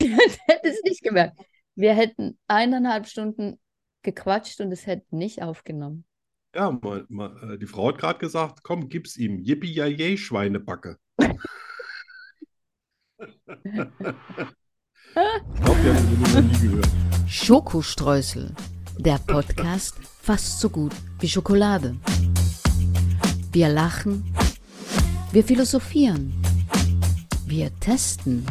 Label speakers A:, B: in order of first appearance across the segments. A: hätte es nicht gemerkt. Wir hätten eineinhalb Stunden gequatscht und es hätte nicht aufgenommen.
B: Ja, mal, mal, äh, die Frau hat gerade gesagt, komm, gib's ihm. Yippie ja yay, Schweinebacke. ich glaube, wir haben sie noch nie gehört.
C: Schokostreusel, der Podcast fast so gut wie Schokolade. Wir lachen, wir philosophieren, wir testen.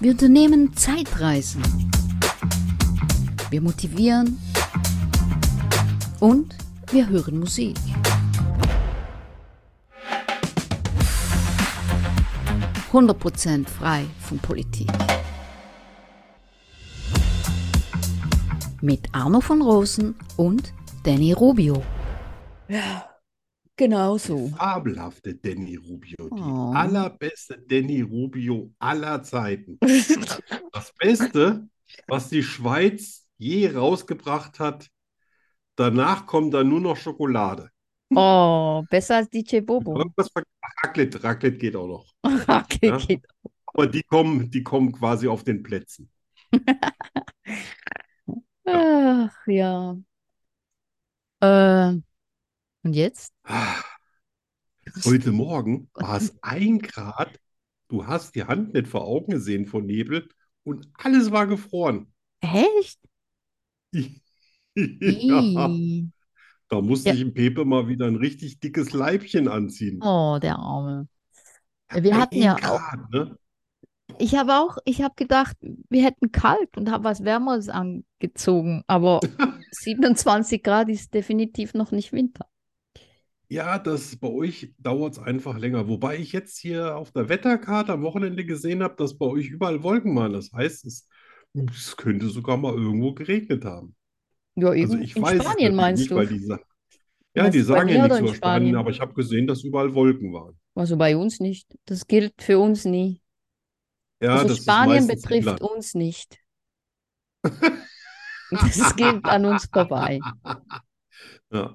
C: Wir unternehmen Zeitreisen. Wir motivieren und wir hören Musik. Prozent frei von Politik. Mit Arno von Rosen und Danny Rubio.
A: Ja, genau so.
B: Fabelhafte Danny Rubio, die
C: Oh.
B: allerbeste Danny Rubio aller Zeiten. Das Beste, was die Schweiz je rausgebracht hat, danach kommt dann nur noch Schokolade.
A: Oh, besser als DJ Bobo.
B: Irgendwas ver- Ach, Raclette, Raclette geht auch noch.
A: Okay,
B: Ja.
A: geht.
B: Aber die kommen, die kommen quasi auf den Plätzen.
A: Ach ja. Ähm, und jetzt?
B: Ah, Heute Morgen war es ein Grad. Du hast die Hand nicht vor Augen gesehen von Nebel und alles war gefroren.
A: Echt?
B: Ja,
A: Ih.
B: da musste
A: Ja.
B: ich im Pepe mal wieder ein richtig dickes Leibchen anziehen.
A: Oh, der Arme. Wir hatten
B: Ein
A: ja auch.
B: Grad, ne?
A: Ich habe auch, ich habe gedacht, wir hätten kalt und habe was Wärmeres angezogen, aber 27 Grad ist definitiv noch nicht Winter.
B: Ja, das bei euch dauert es einfach länger. Wobei ich jetzt hier auf der Wetterkarte am Wochenende gesehen habe, dass bei euch überall Wolken waren. Das heißt, es, es könnte sogar mal irgendwo geregnet haben.
A: Ja,
B: Also
A: eben
B: ich
A: in
B: weiß es
A: Spanien
B: natürlich
A: meinst
B: nicht,
A: du?
B: weil die sa- ja,
A: Warst
B: die
A: du bei
B: sagen
A: mir
B: ja
A: oder
B: nichts
A: in
B: über Spanien,
A: Spanien?
B: aber ich habe gesehen, dass überall Wolken waren.
A: Also bei uns nicht. Das gilt für uns nie.
B: Ja,
A: Also
B: das ist
A: Spanien
B: meistens
A: betrifft
B: England.
A: uns nicht. Das geht an uns vorbei.
B: Ja.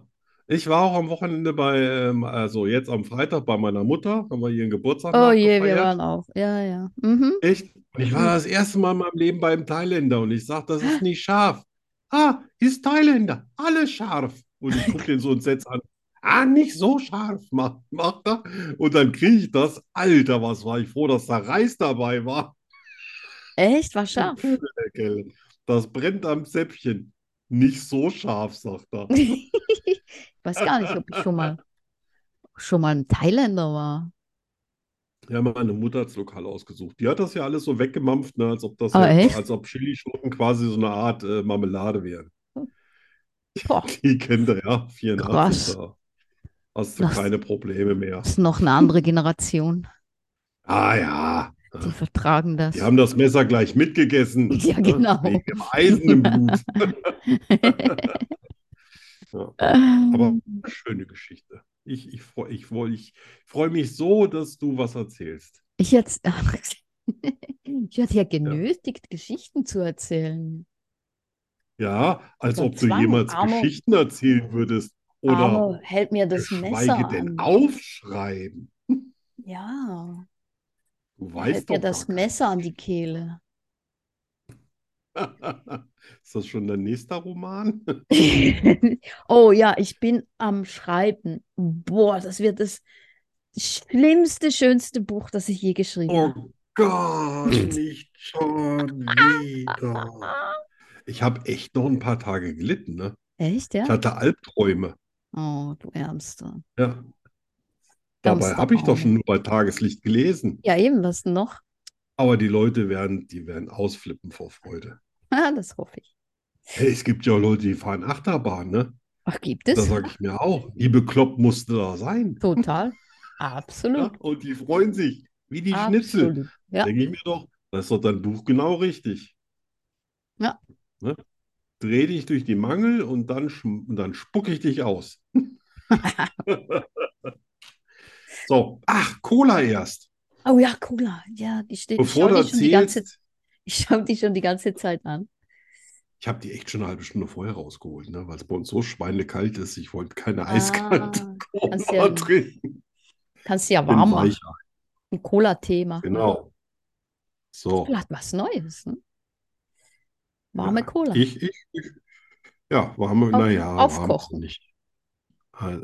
B: Ich war auch am Wochenende bei, ähm, also jetzt am Freitag bei meiner Mutter, haben wir ihren Geburtstag
A: Oh je, wir
B: nachgefeiert.
A: waren auch. Ja, ja. Mhm.
B: Echt? Und ich war das erste Mal in meinem Leben beim Thailänder und ich sag, das ist nicht scharf. Ah, ist Thailänder, alles scharf. Und ich gucke den so und setz an. Ah, nicht so scharf, macht, macht er. Und dann kriege ich das. Alter, was war ich froh, dass da Reis dabei war.
A: Echt? War scharf.
B: Gell, Das brennt am Zäpfchen. Nicht so scharf, sagt er.
A: Ich weiß gar nicht, ob ich schon mal schon mal ein Thailänder war.
B: Ja, meine Mutter hat's lokal ausgesucht. Die hat das ja alles so weggemampft, ne, als ob das
A: Ah,
B: jetzt,
A: echt?
B: als ob Chilischoten quasi so eine Art äh, Marmelade wären.
A: Boah,
B: Die kennt er, ja, 84
A: Krass.
B: da. Hast du
A: Das-
B: keine Probleme mehr.
A: das ist noch eine andere Generation.
B: Ah ja,
A: Die vertragen das.
B: die haben das Messer gleich mitgegessen.
A: Ja,
B: ne,
A: genau.
B: Wegen dem Eisen im Blut. Aber
A: Ähm,
B: eine schöne Geschichte. Ich, ich freue ich, freu, ich freu mich so, dass du was erzählst.
A: ich jetzt, ich werde ja genötigt, Geschichten zu erzählen.
B: Ja, als
A: Der
B: ob du
A: Zwang,
B: jemals
A: Arno.
B: Geschichten erzählen würdest oder
A: Arno hält mir das Messer
B: geschweige denn
A: an.
B: aufschreiben.
A: Ja,
B: Du
A: er
B: weißt
A: hält mir
B: doch
A: das
B: gar
A: Messer an die Kehle.
B: kein- Ist das schon dein nächster Roman?
A: Oh ja, ich bin am Schreiben. Boah, das wird das schlimmste, schönste Buch, das ich je geschrieben
B: Oh
A: habe.
B: Gott, nicht schon wieder. Ich habe echt noch ein paar Tage gelitten, ne?
A: Echt,
B: Ich
A: ja?
B: hatte Albträume.
A: Oh, du Ärmster.
B: Ja. Dabei
A: Ärmster
B: habe ich doch
A: Arme.
B: schon nur bei Tageslicht gelesen.
A: Ja, eben, was denn noch?
B: Aber die Leute werden, die werden ausflippen vor Freude.
A: Ah, das hoffe ich.
B: Hey, es gibt ja auch Leute, die fahren Achterbahn, ne?
A: Ach, gibt
B: Da
A: es?
B: sage ich mir auch, wie bekloppt musste da sein?
A: Total.
B: Ja?
A: Absolut.
B: Und die freuen sich, wie die Schnitzel.
A: Absolut. Ja.
B: Denke ich mir doch, das ist doch dein Buch genau richtig.
A: Ja.
B: Ne? Dreh dich durch die Mangel und dann, schm- und dann spucke ich dich aus. so, ach, Cola erst.
A: Oh ja, Cola. Ja, die steht. Ich
B: Bevor
A: schaue
B: du
A: die schon die ganze,
B: erzählst,
A: ich schau die schon die ganze Zeit an.
B: ich habe die echt schon eine halbe Stunde vorher rausgeholt, ne? weil es bei uns so schweinekalt ist. Ich wollte keine eiskalte
A: Ah,
B: Cola
A: kannst ja-
B: trinken.
A: Kannst du ja
B: Ich bin
A: warm machen.
B: weicher.
A: Ein Cola-Tee machen.
B: Genau. So.
A: Vielleicht was Neues. Ne? Warme
B: Ja,
A: Cola.
B: Ich, ich, ich. Ja, warme,
A: Auf-
B: naja, warm ist
A: aufkochen.
B: nicht. Also,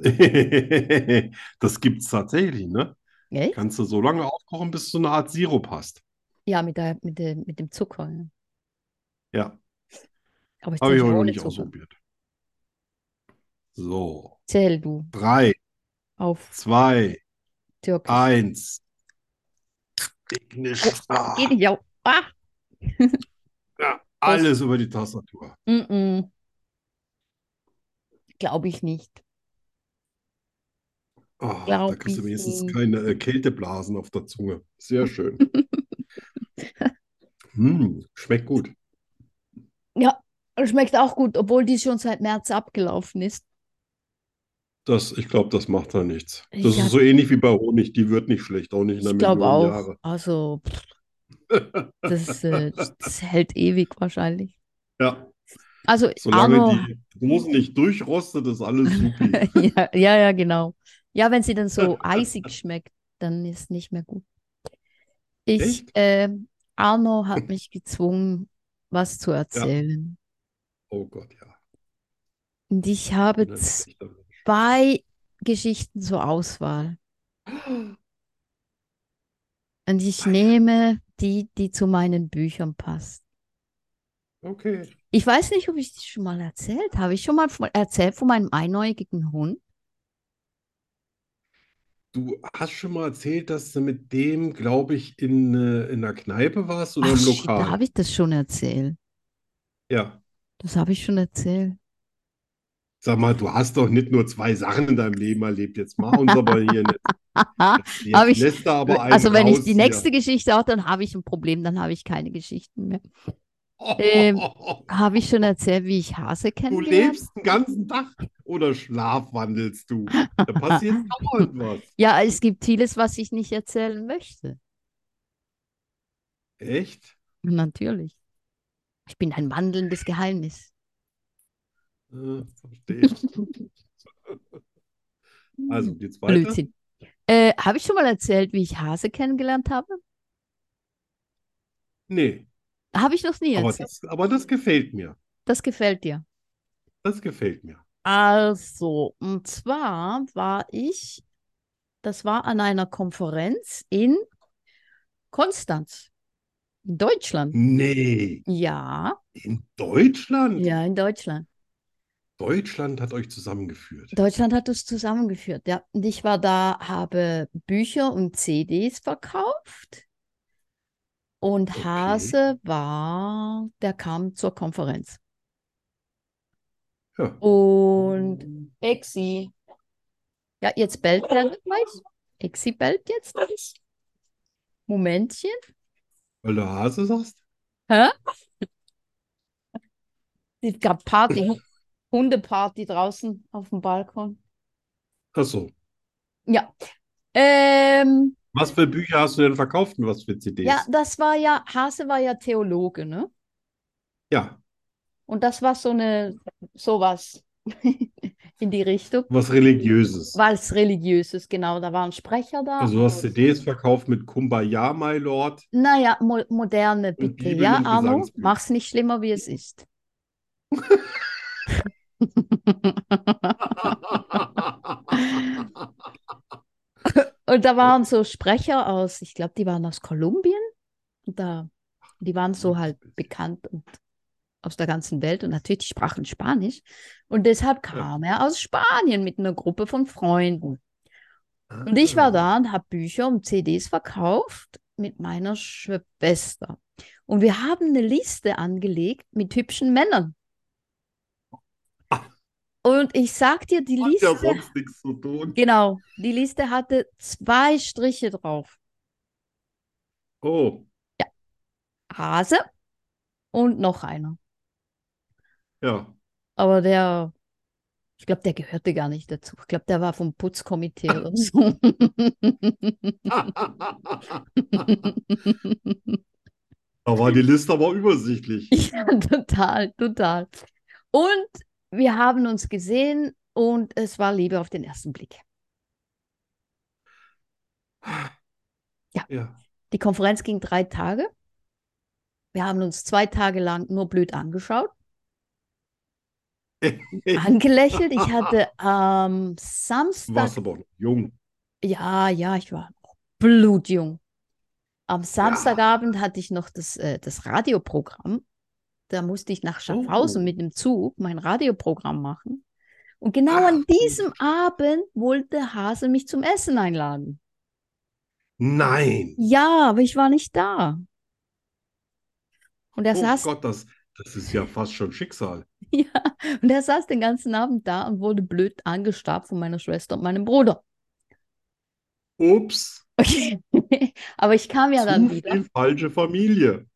B: Das gibt's tatsächlich, ne?
A: Gell?
B: Kannst du so lange aufkochen, bis du eine Art Sirup hast.
A: Ja, mit, der, mit, der, mit dem Zucker. Ne?
B: Ja,
A: Aber ich
B: habe ich
A: trinke
B: auch noch
A: ohne
B: nicht
A: Zucker.
B: ausprobiert. So,
A: Zähl du
B: drei,
A: auf
B: zwei,
A: Türkisch.
B: Ah. eins. Ignition. Ah,
A: Geh nicht auf. Ah!
B: alles über die Tastatur.
A: Mm-mm. Glaube ich nicht.
B: Ah, da
A: Glaub
B: kriegst du
A: ich
B: wenigstens
A: nicht.
B: keine äh, Kälteblasen auf der Zunge. Sehr schön. Hm, schmeckt gut.
A: Schmeckt auch gut, obwohl die schon seit März abgelaufen ist.
B: Das, ich glaube, das macht da nichts.
A: Ich
B: Das
A: hab-
B: ist so ähnlich wie bei Honig. Die wird nicht schlecht, auch nicht in
A: Ich
B: einer
A: glaube
B: Million
A: auch.
B: Jahre.
A: Also, pff, das, äh, das hält ewig wahrscheinlich.
B: Ja,
A: Also,
B: solange
A: Arno,
B: die Dosen nicht durchrostet, ist alles supi.
A: ja, ja, ja, genau. Ja, wenn sie dann so eisig schmeckt, dann ist nicht mehr gut. Ich,
B: Echt?
A: ähm, Arno hat mich gezwungen, was zu erzählen.
B: Oh Gott, ja.
A: Und ich habe
B: Nein, das ist doch-
A: zwei Geschichten zur Auswahl. Und ich nehme die, die zu meinen Büchern passt.
B: Okay.
A: Ich weiß nicht, ob ich das schon mal erzählt habe. Ich schon mal von, erzählt von meinem einäugigen Hund.
B: Du hast schon mal erzählt, dass du mit dem, glaube ich, in, äh, in einer Kneipe warst oder
A: Ach,
B: im
A: shit, da
B: Lokal.
A: habe ich das schon erzählt.
B: Ja.
A: Das habe ich schon erzählt.
B: Sag mal, du hast doch nicht nur zwei Sachen in deinem Leben erlebt. Jetzt mach uns aber hier nicht.
A: Haha.
B: Jetzt
A: Aber ich-
B: lässt er aber einen
A: also wenn ich
B: raus
A: die
B: hier.
A: nächste Geschichte habe, dann habe ich ein Problem, dann habe ich keine Geschichten mehr. ähm, Habe ich schon erzählt, wie ich Hase
B: Du
A: kennengelernt?
B: lebst den ganzen Tag oder schlafwandelst du? Da passiert dauernd was.
A: Ja, es gibt vieles, was ich nicht erzählen möchte.
B: Echt?
A: Natürlich. Ich bin ein wandelndes Geheimnis.
B: Äh, verstehe. Also geht's weiter?
A: Blödsinn. Äh, habe ich schon mal erzählt, wie ich Hase kennengelernt habe?
B: Nee,
A: Habe ich noch nie
B: aber
A: erzählt.
B: das, aber das gefällt mir.
A: Das gefällt dir.
B: Das gefällt mir.
A: Also, und zwar war ich, das war an einer Konferenz in Konstanz, in Deutschland.
B: Nee,
A: Ja,
B: in Deutschland?
A: ja, in Deutschland.
B: Deutschland hat euch zusammengeführt.
A: Deutschland hat uns zusammengeführt, ja. Und ich war da, habe Bücher und CDs verkauft. Und
B: Okay.
A: Hase war, der kam zur Konferenz.
B: Ja.
A: Und Exi. Ja, jetzt bellt er gleich. Exi bellt jetzt gleich. Momentchen.
B: Weil du Hase sagst?
A: Es gab Party, Hundeparty draußen auf dem Balkon.
B: Ach so.
A: Ja. Ähm,
B: Was für Bücher hast du denn verkauft und was für CDs?
A: ja, das war ja, Hase war ja Theologe, ne?
B: Ja,
A: Und das war so eine, sowas in die Richtung.
B: was Religiöses.
A: Was Religiöses, genau. Da waren Sprecher da.
B: Also du hast CDs verkauft mit Kumbaya, My Lord.
A: Naja, mo moderne
B: Und
A: bitte,
B: Bibeln
A: ja,
B: und
A: Arno?
B: Gesangsbücher.
A: Mach's nicht schlimmer, wie es ist. Und da waren so Sprecher aus, ich glaube, die waren aus Kolumbien. Und da, die waren so halt bekannt und aus der ganzen Welt und natürlich die sprachen Spanisch. Und deshalb kam er aus Spanien mit einer Gruppe von Freunden. Und ich war da und habe Bücher und CDs verkauft mit meiner Schwester. Und wir haben eine Liste angelegt mit hübschen Männern. Und ich sag dir, die
B: Ah. Hat ja
A: Liste,
B: sonst nichts zu tun.
A: genau, die Liste hatte zwei Striche drauf.
B: Oh,
A: Hase und noch einer.
B: ja.
A: Aber der, ich glaube, der gehörte gar nicht dazu. Ich glaube, der war vom Putzkomitee oder so.
B: Da war die Liste aber übersichtlich.
A: Ja, total, total. Und wir haben uns gesehen und es war Liebe auf den ersten Blick.
B: Ja.
A: Die Konferenz ging drei Tage. Wir haben uns zwei Tage lang nur blöd angeschaut, angelächelt. Ich hatte am Samstag,
B: Warst aber noch jung.
A: ja, ja, ich war noch blutjung. Am Samstagabend hatte ich noch das, äh, das Radioprogramm. Da musste ich nach Schaffhausen
B: Oh.
A: mit dem Zug mein Radioprogramm machen. Und genau an
B: Ach,
A: diesem Abend wollte Hase mich zum Essen einladen.
B: Nein.
A: Ja, aber ich war nicht da. Und er
B: Oh
A: saß,
B: Gott, das, das ist ja fast schon Schicksal.
A: ja, und er saß den ganzen Abend da und wurde blöd angestarrt von meiner Schwester und meinem Bruder.
B: Ups,
A: Okay. Aber ich kam ja dann
B: zu
A: wieder.
B: viel falsche Familie.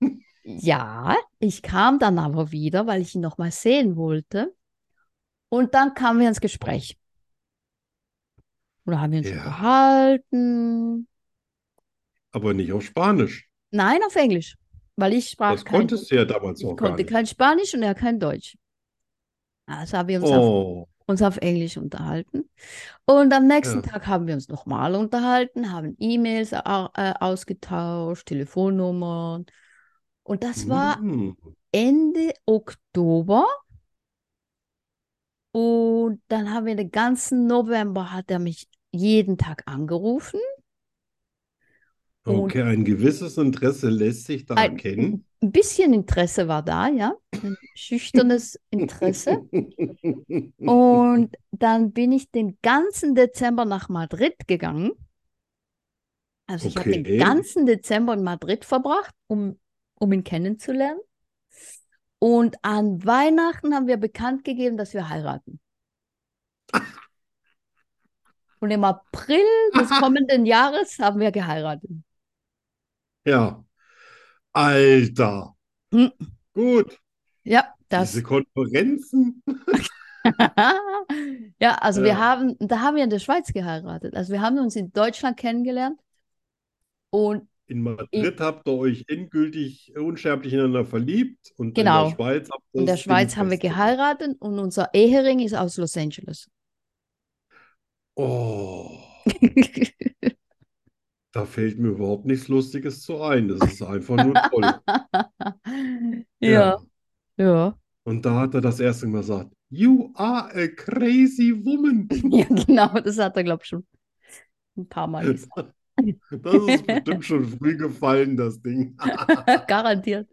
A: Ja, ich kam dann aber wieder, weil ich ihn nochmal sehen wollte. Und dann kamen wir ins Gespräch. Und da haben wir uns
B: Ja.
A: unterhalten.
B: Aber nicht auf Spanisch.
A: Nein, auf Englisch, weil ich sprach
B: Das
A: kein,
B: konntest du ja damals
A: ich
B: auch gar
A: konnte
B: nicht.
A: kein Spanisch und er kein Deutsch. Also haben wir uns auf
B: Oh,
A: uns auf Englisch unterhalten. Und am nächsten
B: Ja.
A: Tag haben wir uns nochmal unterhalten, haben E-Mails au- äh, ausgetauscht, Telefonnummern. Und das war
B: hm.
A: Ende Oktober. Und dann haben wir den ganzen November hat er mich jeden Tag angerufen. und-
B: Okay, ein gewisses Interesse lässt sich da
A: Ein-
B: erkennen.
A: Ein bisschen Interesse war da, ja. Ein schüchternes Interesse. Und dann bin ich den ganzen Dezember nach Madrid gegangen. Also ich habe den
B: Okay.
A: ganzen Dezember in Madrid verbracht, um, um ihn kennenzulernen. Und an Weihnachten haben wir bekannt gegeben, dass wir heiraten. Und im April des kommenden Jahres haben wir geheiratet.
B: Ja. Alter.
A: Hm.
B: Gut,
A: Ja, das.
B: diese Konferenzen.
A: Ja, also wir
B: Ja.
A: haben, da haben wir in der Schweiz geheiratet. Also wir haben uns in Deutschland kennengelernt. Und
B: In Madrid habt ihr euch endgültig äh, unsterblich ineinander verliebt und
A: Genau.
B: in der Schweiz habt ihr
A: In der
B: das
A: Schweiz haben wir
B: Ding festgemacht.
A: geheiratet und unser Ehering ist aus Los Angeles.
B: Oh, da fällt mir überhaupt nichts Lustiges zu ein. Das ist einfach nur toll.
A: Ja, ja.
B: Und da hat er das erste Mal gesagt, You are a crazy woman.
A: Ja, genau, das hat er, glaube ich, schon ein paar Mal gesagt.
B: Das ist bestimmt schon früh gefallen, das Ding.
A: Garantiert.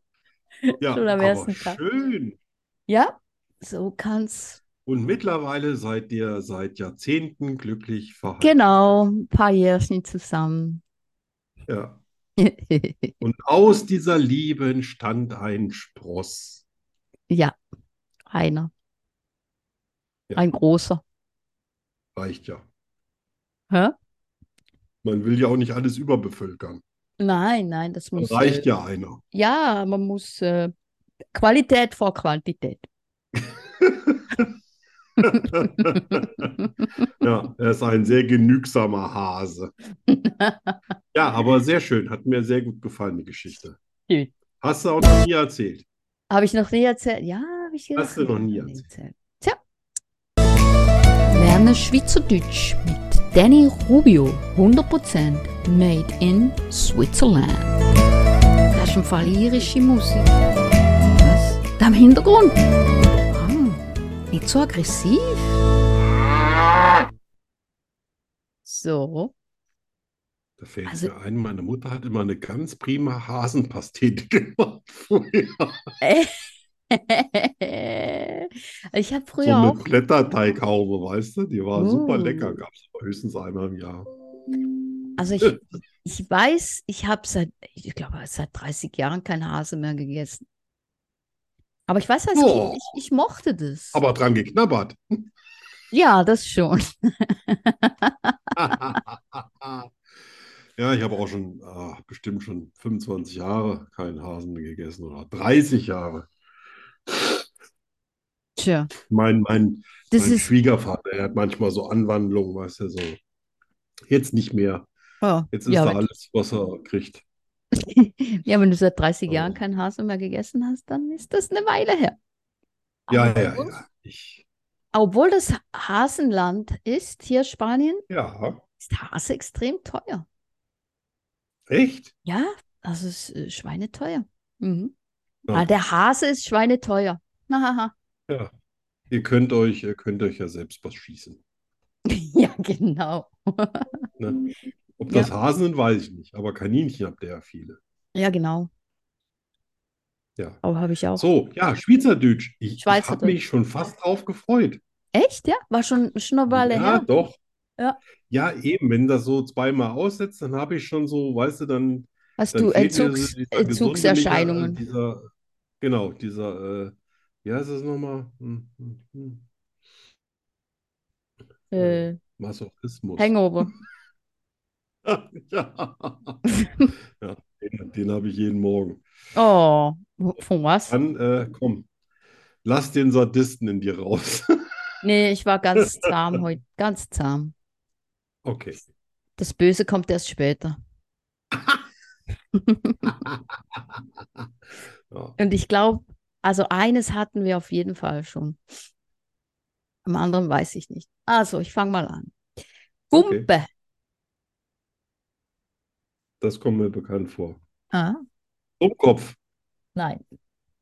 B: Ja,
A: Schon am
B: aber
A: ersten Tag.
B: schön.
A: Ja, so kann's.
B: Und mittlerweile seid ihr seit Jahrzehnten glücklich verheiratet.
A: Genau, ein paar Jährchen zusammen.
B: Ja. Und aus dieser Liebe entstand ein Spross.
A: Ja, einer.
B: Ja.
A: Ein großer.
B: Reicht ja.
A: Hä?
B: Man will ja auch nicht alles überbevölkern.
A: Nein, nein, das
B: Da
A: muss.
B: reicht
A: äh,
B: ja einer.
A: ja, man muss äh, Qualität vor Quantität.
B: Ja, er ist ein sehr genügsamer Hase. Ja, aber sehr schön. Hat mir sehr gut gefallen, die Geschichte.
A: Schön.
B: Hast du auch noch nie erzählt.
A: Habe ich noch nie erzählt? Ja, habe ich
B: Hast du
A: erzählt,
B: noch nie
A: hab ich
B: erzählt.
C: Lerne Schweizerdeutsch mit Danny Rubio. 100% made in Switzerland. Das ist im Fall irische Musik. Was? Da im Hintergrund? Ah, nicht so aggressiv.
A: So.
B: Da fällt
A: Also-
B: mir ein, meine Mutter hat immer eine ganz prima Hasenpastete gemacht früher.
A: Ich habe
B: So
A: früher
B: eine
A: auch,
B: Blätterteighaube, weißt du? Die war super
A: Mm.
B: lecker, gab es aber höchstens einmal im Jahr.
A: also ich, ich weiß, ich habe seit, ich glaube, seit 30 Jahren kein Hase mehr gegessen. Aber ich weiß, als
B: Boah.
A: Kind, ich, ich mochte das.
B: Aber dran geknabbert.
A: Ja, das schon.
B: Ja, ich habe auch schon ah, bestimmt schon 25 Jahre keinen Hasen mehr gegessen oder 30 Jahre.
A: Tja,
B: Mein, mein,
A: das
B: mein
A: ist,
B: Schwiegervater, er hat manchmal so Anwandlungen, weißt du, so jetzt nicht mehr.
A: oh,
B: Jetzt ist
A: ja,
B: da
A: wenn,
B: alles, was er kriegt.
A: ja, wenn du seit 30 Jahren
B: Oh.
A: kein Hase mehr gegessen hast, dann ist das eine Weile her.
B: Ja,
A: Aber
B: ja,
A: bei uns-
B: ja. Ich,
A: Obwohl das Hasenland ist, hier Spanien,
B: ja,
A: ist Hase extrem teuer.
B: Echt?
A: Ja, das ist äh, schweineteuer. Mhm.
B: Ja.
A: Ah, der Hase ist schweineteuer. Na, ha, ha.
B: Ja. Ihr könnt euch, ihr könnt euch ja selbst was schießen.
A: ja, genau.
B: Ne? Ob
A: Ja.
B: das Hasen sind, weiß ich nicht, aber Kaninchen habt ihr ja viele.
A: Ja, genau.
B: Ja.
A: Aber habe ich auch.
B: So, ja, Schweizerdeutsch. Ich, ich
A: Oh. Schweizerdeutsch.
B: habe mich schon fast drauf gefreut.
A: Echt, ja? War schon, schon eine Weile
B: ja,
A: her.
B: doch.
A: Ja.
B: Ja, eben, wenn das so zweimal aussetzt, dann habe ich schon so, weißt du, dann,
A: Hast
B: dann
A: du
B: fehlt mir so
A: Entzugs
B: dieser gesunde
A: Entzugserscheinungen?
B: Micha- dieser, genau, dieser, äh, wie heißt das nochmal? Hm, hm, hm. Äh,
A: Äh,
B: Masochismus.
A: Hangover.
B: Ja, ja den, den habe ich jeden Morgen.
A: Oh, wo- von was?
B: Dann, äh, komm, lass den Sadisten in dir raus.
A: Nee, ich war ganz zahm heute. Ganz zahm.
B: Okay.
A: Das Böse kommt erst später.
B: Ja.
A: Und ich glaube, also eines hatten wir auf jeden Fall schon. Am anderen weiß ich nicht. Also, ich fange mal an.
B: Okay.
A: Gumpe.
B: Das kommt mir bekannt vor.
A: Ah,
B: Dummkopf,
A: nein.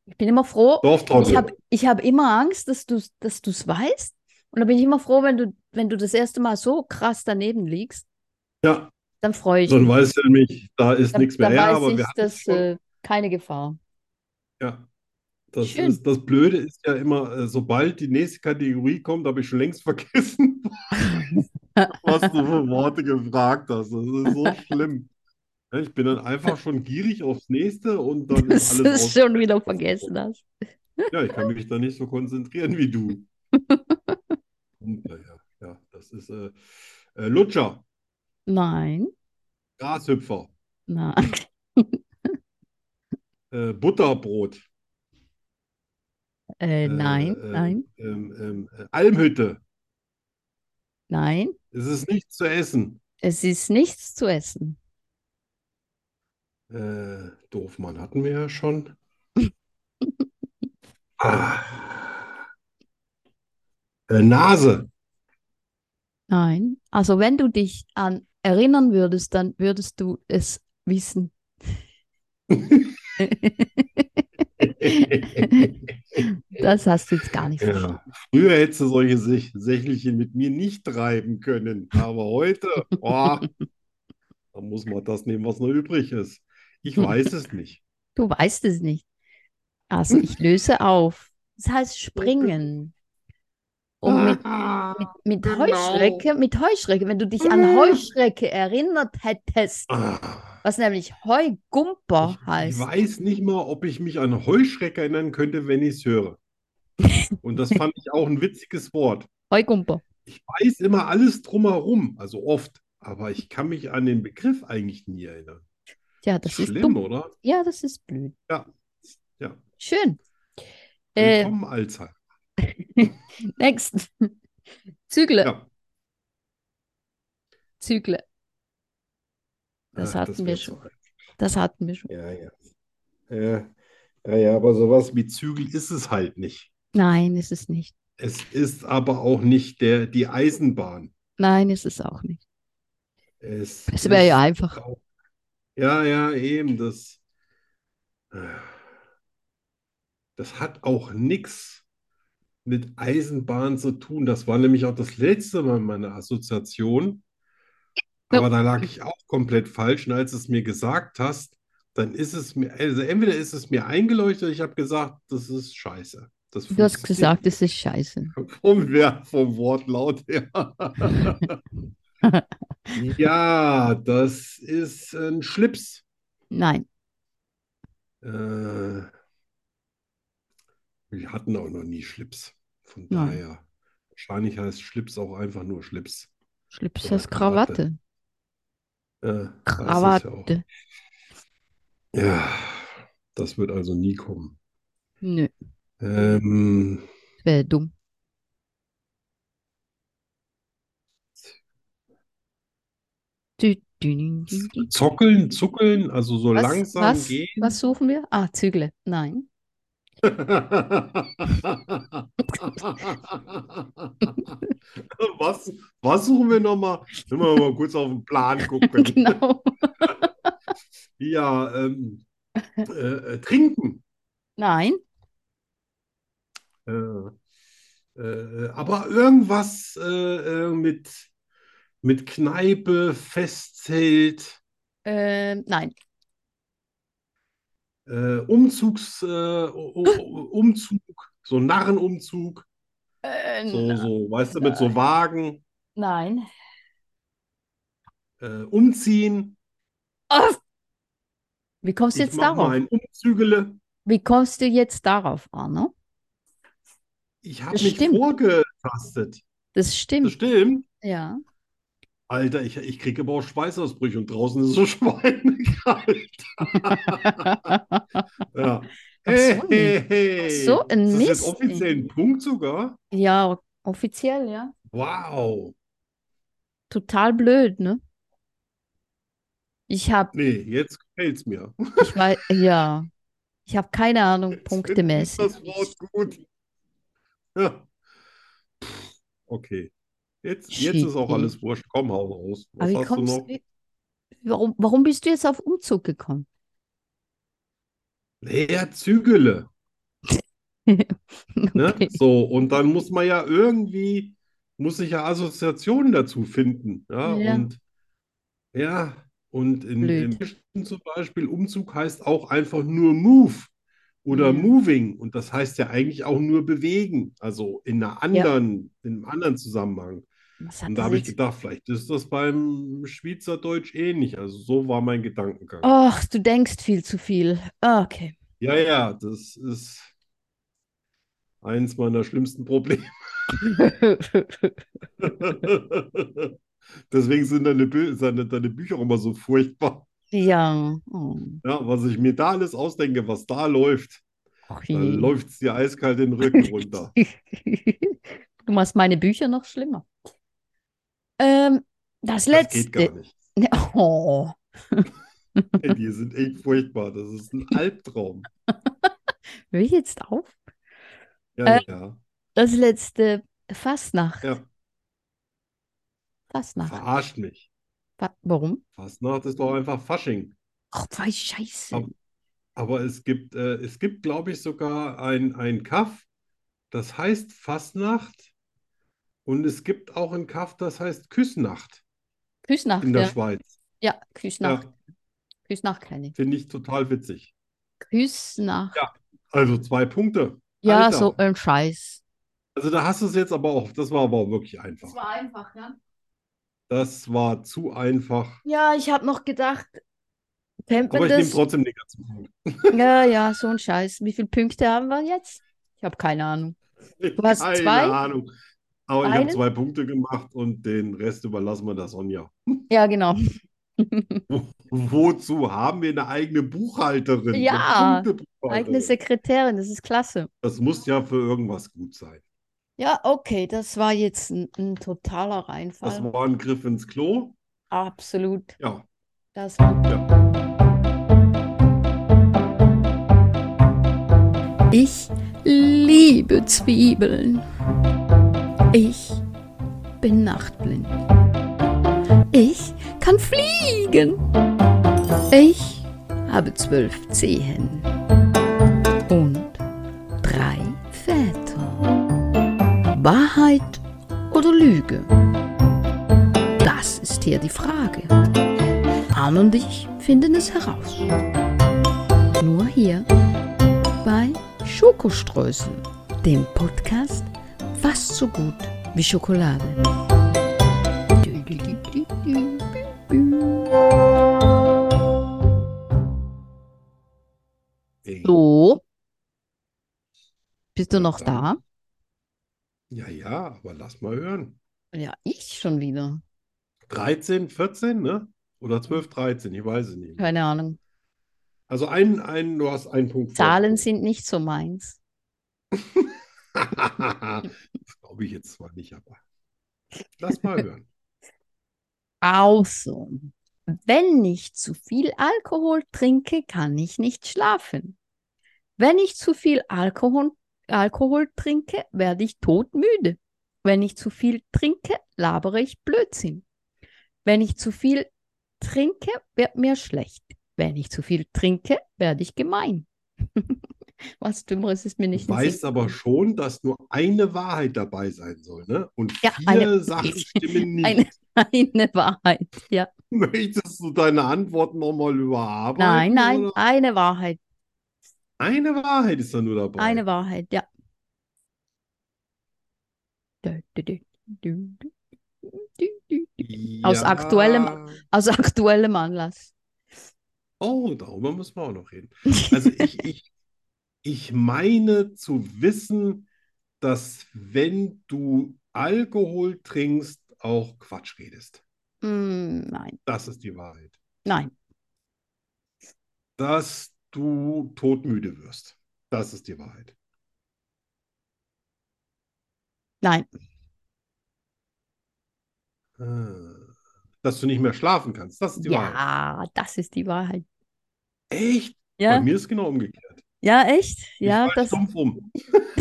A: Ich bin immer froh. Ich
B: Dorftrottel.
A: habe ich hab immer Angst, dass du es dass du's weißt. Und da bin ich immer froh, wenn du, wenn du das erste Mal so krass daneben liegst,
B: Ja,
A: dann freue ich
B: dann
A: mich.
B: weißt du nämlich, da ist
A: Dann,
B: nichts mehr
A: dann
B: her,
A: weiß
B: aber
A: ich,
B: wir haben
A: dass
B: schon.
A: äh, keine Gefahr.
B: Ja. Das
A: Schön.
B: ist, das Blöde ist ja immer, äh, sobald die nächste Kategorie kommt, habe ich schon längst vergessen, was du für Worte gefragt hast. Das ist so schlimm. Ja, Ich bin dann einfach schon gierig aufs nächste und dann ist
A: Dass du
B: alles
A: es schon wieder vergessen ne? hast.
B: aus. Ja, ich kann mich da nicht so konzentrieren wie du. Und, äh, ja, ja, das ist äh, äh, Lutscher,
A: Nein,
B: Grashüpfer,
A: nein.
B: äh, Butterbrot,
A: Äh,
B: äh,
A: nein,
B: äh,
A: nein,
B: ähm, ähm, äh, Almhütte.
A: nein.
B: Es ist nichts zu essen.
A: Es ist nichts zu essen.
B: Äh, Doofmann hatten wir ja schon. Ah. Äh, Nase.
A: Nein. Also wenn du dich an erinnern würdest, dann würdest du es wissen. Das hast du jetzt gar nicht verstanden.
B: Ja. Früher hättest du solche Sech- Sächelchen mit mir nicht treiben können, aber heute, boah, da muss man das nehmen, was noch übrig ist. Ich weiß es nicht.
A: Du weißt es nicht. Also ich löse auf. Das heißt springen. Und mit,
B: Ah.
A: mit, mit
B: genau. Ah.
A: Heuschrecke, mit Heuschrecke, wenn du dich an Heuschrecke erinnert hättest, was nämlich Heugumper
B: Ich
A: heißt.
B: weiß nicht mal, ob ich mich an Heuschreck erinnern könnte, wenn ich es höre. Und das fand ich auch ein witziges Wort.
A: Heugumper.
B: Ich weiß immer alles drumherum, also oft, aber ich kann mich an den Begriff eigentlich nie erinnern.
A: Ja, das ist
B: Schlimm,
A: dumm.
B: oder?
A: Ja, das ist blöd.
B: Ja. Ja.
A: Schön. Äh,
B: Willkommen, Alzheimer.
A: next. Zügle,
B: Ja,
A: Zügle. Das
B: Ach,
A: hatten wir
B: wär
A: schon.
B: so.
A: Das hatten wir schon.
B: Ja, ja. Ja, ja, ja, aber sowas wie Zügel ist es halt nicht.
A: Nein, ist es nicht.
B: Es ist aber auch nicht der, die Eisenbahn.
A: Nein, ist es auch nicht.
B: Es
A: Es wäre ja
B: ist
A: einfach.
B: auch. Ja, ja, eben, das. äh, Das hat auch nichts mit Eisenbahn zu tun. Das war nämlich auch das letzte Mal meine Assoziation.
A: Ja.
B: Aber da lag ich auch komplett falsch. Und als du es mir gesagt hast, dann ist es mir, also entweder ist es mir eingeleuchtet, ich habe gesagt, das ist scheiße. Das
A: Du hast
B: funktioniert
A: gesagt, es ist scheiße.
B: Vom, ja, vom Wortlaut her. Ja, das ist ein Schlips.
A: Nein,
B: Äh, wir hatten auch noch nie Schlips. Von
A: Nein.
B: daher, wahrscheinlich heißt Schlips auch einfach nur Schlips.
A: Schlips
B: Oder
A: heißt Krawatte.
B: Äh, das ist ja auch.
A: Krawatte.
B: Ja, das wird also nie kommen.
A: Nö,
B: Ähm,
A: das wäre dumm. Dü, dü, dü, dü, dü.
B: zockeln, zuckeln, also so
A: Was,
B: langsam
A: was,
B: gehen.
A: was suchen wir? Ah, Zügle. Nein.
B: Was, was suchen wir nochmal? Wenn wir mal kurz auf den Plan gucken.
A: Genau.
B: Ja, ähm, äh, äh, trinken.
A: Nein,
B: Äh, äh, aber irgendwas äh, äh, mit, mit Kneipe, Festzelt,
A: äh, nein,
B: äh, Umzugs, äh, U- U- Umzug, so Narrenumzug,
A: äh,
B: so, so, weißt du, mit so Wagen,
A: nein.
B: äh, umziehen.
A: Ah! Wie kommst du
B: Ich
A: jetzt
B: mach mal
A: darauf?
B: ein Umzügele.
A: Wie kommst du jetzt darauf, Arno?
B: Ich habe
A: Das
B: mich
A: stimmt.
B: vorgetastet.
A: Das
B: Das
A: stimmt,
B: stimmt.
A: ja.
B: Alter, ich, ich kriege aber auch Schweißausbrüche und draußen ist so schweinekalt. Ja.
A: Ach
B: Hey,
A: so,
B: hey,
A: Ach
B: hey.
A: so ein
B: Ist das jetzt
A: Mist, ey.
B: offiziell ein Punkt sogar?
A: Ja, offiziell, ja.
B: Wow.
A: Total blöd, ne? Ich habe,
B: Nee, jetzt gefällt's mir.
A: ich weiß, ja, ich habe keine Ahnung,
B: Jetzt
A: punktemäßig.
B: finde ich das Wort gut. Ja. Pff, Okay. Jetzt, jetzt ist auch
A: Shitty.
B: alles wurscht. Komm, hau raus.
A: Aber
B: Was
A: wie
B: hast du
A: kommst
B: noch?
A: wie, warum, warum bist du jetzt auf Umzug gekommen?
B: Leer Zügele. Ne?
A: Okay.
B: So, und dann muss man ja irgendwie, muss ich ja Assoziationen dazu finden. Ja,
A: Ja.
B: und ja, und in,
A: Blöd.
B: im Englischen zum Beispiel, Umzug heißt auch einfach nur Move oder
A: Ja.
B: Moving. Und das heißt ja eigentlich auch nur bewegen, also in einer
A: Ja.
B: anderen, in einem anderen Zusammenhang.
A: Was hat
B: Und da
A: das
B: habe ich
A: jetzt?
B: gedacht, vielleicht ist das beim Schweizerdeutsch ähnlich. Also so war mein Gedankengang.
A: Ach, du denkst viel zu viel. Ah, Okay.
B: Ja, ja, das ist eins meiner schlimmsten Probleme. Deswegen sind deine, Bü- seine, deine Bücher immer so furchtbar.
A: Ja. Oh,
B: Ja, was ich mir da alles ausdenke, was da läuft,
A: ach
B: da
A: je.
B: läuft es dir eiskalt den Rücken runter.
A: Du machst meine Bücher noch schlimmer. Ähm, das
B: Das geht gar
A: letzte.
B: nicht.
A: Oh.
B: Ey, Die sind echt furchtbar. Das ist ein Albtraum.
A: Hör ich jetzt auf?
B: Ja,
A: Äh,
B: ja.
A: Das letzte Fastnacht.
B: Ja,
A: Fastnacht.
B: verarscht mich.
A: Fa warum?
B: Fastnacht ist doch einfach Fasching.
A: Ach, zwei Scheiße.
B: Aber, aber es gibt, äh, es gibt, glaube ich, sogar ein, ein Kaff, das heißt Fastnacht. Und es gibt auch ein Kaff, das heißt Küssnacht in
A: Küssnacht,
B: der
A: ja.
B: Schweiz.
A: Ja, Küssnacht.
B: Ja,
A: Küssnacht kenne ich.
B: finde ich total witzig.
A: Küssnacht.
B: Ja. Also zwei Punkte.
A: Ja,
B: Alter.
A: so ein Scheiß.
B: Also da hast du es jetzt aber auch, das war aber auch wirklich einfach.
A: war einfach, ne? ja.
B: Das war zu einfach.
A: Ja, ich habe noch gedacht, kennt
B: Aber
A: man
B: ich nehme
A: das?
B: trotzdem den ganzen Punkt.
A: Ja, ja, so ein Scheiß. Wie viele Punkte haben wir jetzt? Ich habe keine Ahnung. Du hast
B: Keine
A: zwei?
B: Ahnung. Aber ich habe
A: Einen?
B: zwei Punkte gemacht und den Rest überlassen wir der Sonja.
A: Ja, genau.
B: Wozu haben wir eine eigene Buchhalterin?
A: Ja,
B: eine Punktebuchhalterin?
A: Eigene Sekretärin, das ist klasse.
B: Das muss ja für irgendwas gut sein.
A: Ja, okay, das war jetzt ein, ein totaler
B: Das
A: Reinfall.
B: war ein Griff ins Klo.
A: Absolut.
B: Ja,
A: Das war.
B: ja.
C: Ich liebe Zwiebeln. Ich bin nachtblind. Ich kann fliegen. Ich habe zwölf Zehen und drei Väter. Wahrheit oder Lüge? Das ist hier die Frage. Arne und ich finden es heraus. Nur hier bei Schokoströßen, dem Podcast fast so gut wie Schokolade.
B: Ey.
A: So. Bist du
B: Ja,
A: noch da?
B: dann. Ja, ja, aber lass mal hören.
A: Ja, ich schon wieder.
B: 13, 14, ne? Oder 12, 13, ich weiß es nicht. mehr.
A: Keine Ahnung.
B: Also ein, ein, du hast einen Punkt
A: Zahlen
B: Vorsprung.
A: sind nicht so meins.
B: Das glaube ich jetzt zwar nicht, aber lass mal hören.
A: Also, wenn ich zu viel Alkohol trinke, kann ich nicht schlafen. Wenn ich zu viel Alkohol, Alkohol trinke, werde ich todmüde. Wenn ich zu viel trinke, labere ich Blödsinn. Wenn ich zu viel trinke, wird mir schlecht. Wenn ich zu viel trinke, werde ich gemein. Was Dümmeres ist mir nicht
B: Du
A: in den Sinn
B: weißt aber schon, dass nur eine Wahrheit dabei sein soll, ne? Und
A: Ja,
B: vier
A: eine-
B: Sachen stimmen nicht.
A: Eine- eine Wahrheit. Ja.
B: Möchtest du deine Antwort nochmal überarbeiten?
A: Nein, nein,
B: oder?
A: eine Wahrheit.
B: Eine Wahrheit ist da nur dabei.
A: Eine Wahrheit, ja. Dö, dö, dö, dö, dö, dö, dö. Aus
B: Ja.
A: aktuellem- Aus aktuellem Anlass.
B: Oh, darüber müssen wir auch noch reden. Also ich, ich, ich meine zu wissen, dass wenn du Alkohol trinkst, auch Quatsch redest.
A: Mm, nein,
B: Das ist die Wahrheit.
A: nein,
B: Dass du todmüde wirst. Das ist die Wahrheit.
A: nein,
B: Ah. Dass du nicht mehr schlafen kannst. Das ist die Wahrheit.
A: ja, das ist die Wahrheit.
B: Echt? Bei
A: Ja,
B: mir ist genau umgekehrt.
A: ja, echt?
B: Ich
A: Ja,
B: fall
A: das,
B: stumpf um.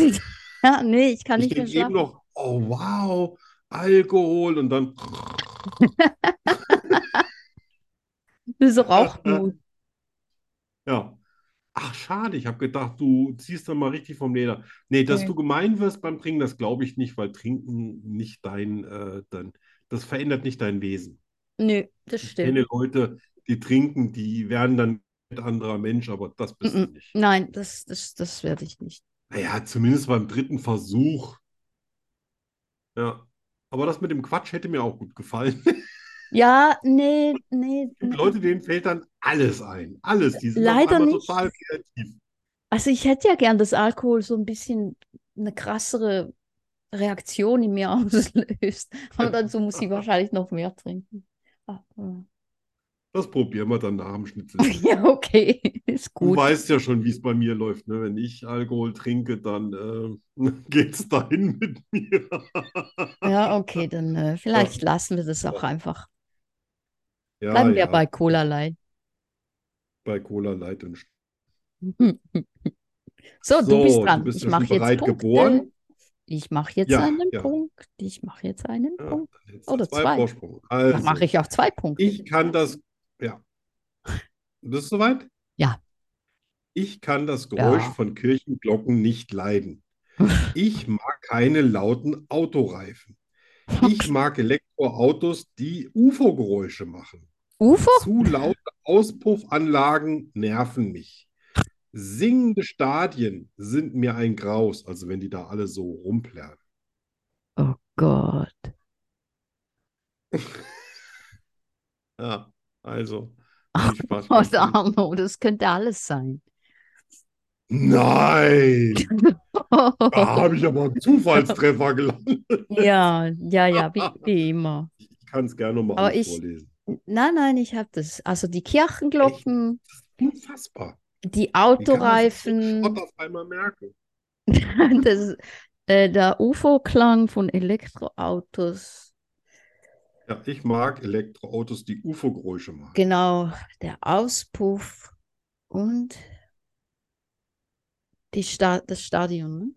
A: ja, nee, ich kann
B: Ich
A: nicht mehr
B: denke eben
A: schlafen.
B: noch, oh wow, Alkohol und dann
A: Das raucht nur.
B: Ja. Ach, schade, ich habe gedacht, du ziehst da mal richtig vom Leder. Nee, dass
A: Nee.
B: du gemein wirst beim Trinken, das glaube ich nicht, weil Trinken nicht dein, äh, dein, das verändert nicht dein Wesen.
A: Nö, das
B: Ich kenne
A: stimmt.
B: Leute, die trinken, die werden dann ein anderer Mensch, aber das bist du
A: Mhm.
B: nicht.
A: Nein, das, das, das werde ich nicht.
B: Naja, zumindest beim dritten Versuch. Ja. Aber das mit dem Quatsch hätte mir auch gut gefallen.
A: Ja, nee, nee.
B: Es gibt
A: nee.
B: Leute, denen fällt dann alles ein. Alles. Die sind auf
A: Leider
B: einmal
A: nicht.
B: total kreativ.
A: Also ich hätte ja gern, dass Alkohol so ein bisschen eine krassere Reaktion in mir auslöst. Aber dazu muss ich wahrscheinlich noch mehr trinken. Ah, ja.
B: Das probieren wir dann nach dem Schnitzel.
A: Ja, okay, ist
B: Du
A: gut.
B: weißt ja schon, wie es bei mir läuft, ne? Wenn ich Alkohol trinke, dann äh, geht's dahin mit mir.
A: Ja, okay, dann äh, vielleicht lassen wir das auch einfach.
B: Ja,
A: Bleiben wir
B: ja,
A: bei Cola Light.
B: bei Cola Light und Sch-
A: So, du
B: So,
A: bist
B: du
A: dran.
B: bist
A: Ich
B: ja
A: mache
B: schon
A: jetzt
B: bereit
A: Punkte.
B: geboren?
A: Ich mache jetzt
B: Ja,
A: einen
B: ja.
A: Punkt. Ich mache jetzt einen
B: Ja,
A: Punkt.
B: dann hättest du
A: Oder
B: zwei
A: zwei.
B: Vorsprung.
A: Dann
B: Also,
A: mache ich auch zwei Punkte.
B: ich kann das. Ja. Bist du soweit?
A: Ja.
B: Ich kann das Geräusch
A: Ja.
B: von Kirchenglocken nicht leiden. Ich mag keine lauten Autoreifen.
A: Oh
B: Ich mag Elektroautos, die UFO-Geräusche machen.
A: UFO?
B: Zu laute Auspuffanlagen nerven mich. Singende Stadien sind mir ein Graus, also wenn die da alle so rumplärren.
A: Oh Gott.
B: Ja, also,
A: Ach,
B: viel Spaß
A: Oh,
B: beim Trinken.
A: Arno, das könnte alles sein.
B: Nein, da habe ich aber einen Zufallstreffer gelandet.
A: Ja, ja, ja, wie, wie immer.
B: Ich kann es gerne nochmal
A: Aber
B: alles
A: ich-
B: vorlesen.
A: Nein, nein, ich habe das. Also die Kirchenglocken,
B: Unfassbar.
A: die
B: Wie kann man sich so
A: Autoreifen,
B: einen Schrott auf einmal merken?
A: das, äh, der UFO-Klang von Elektroautos,
B: Ja, ich mag Elektroautos, die UFO-Geräusche machen.
A: genau, der Auspuff und die Sta das Stadion. Ne?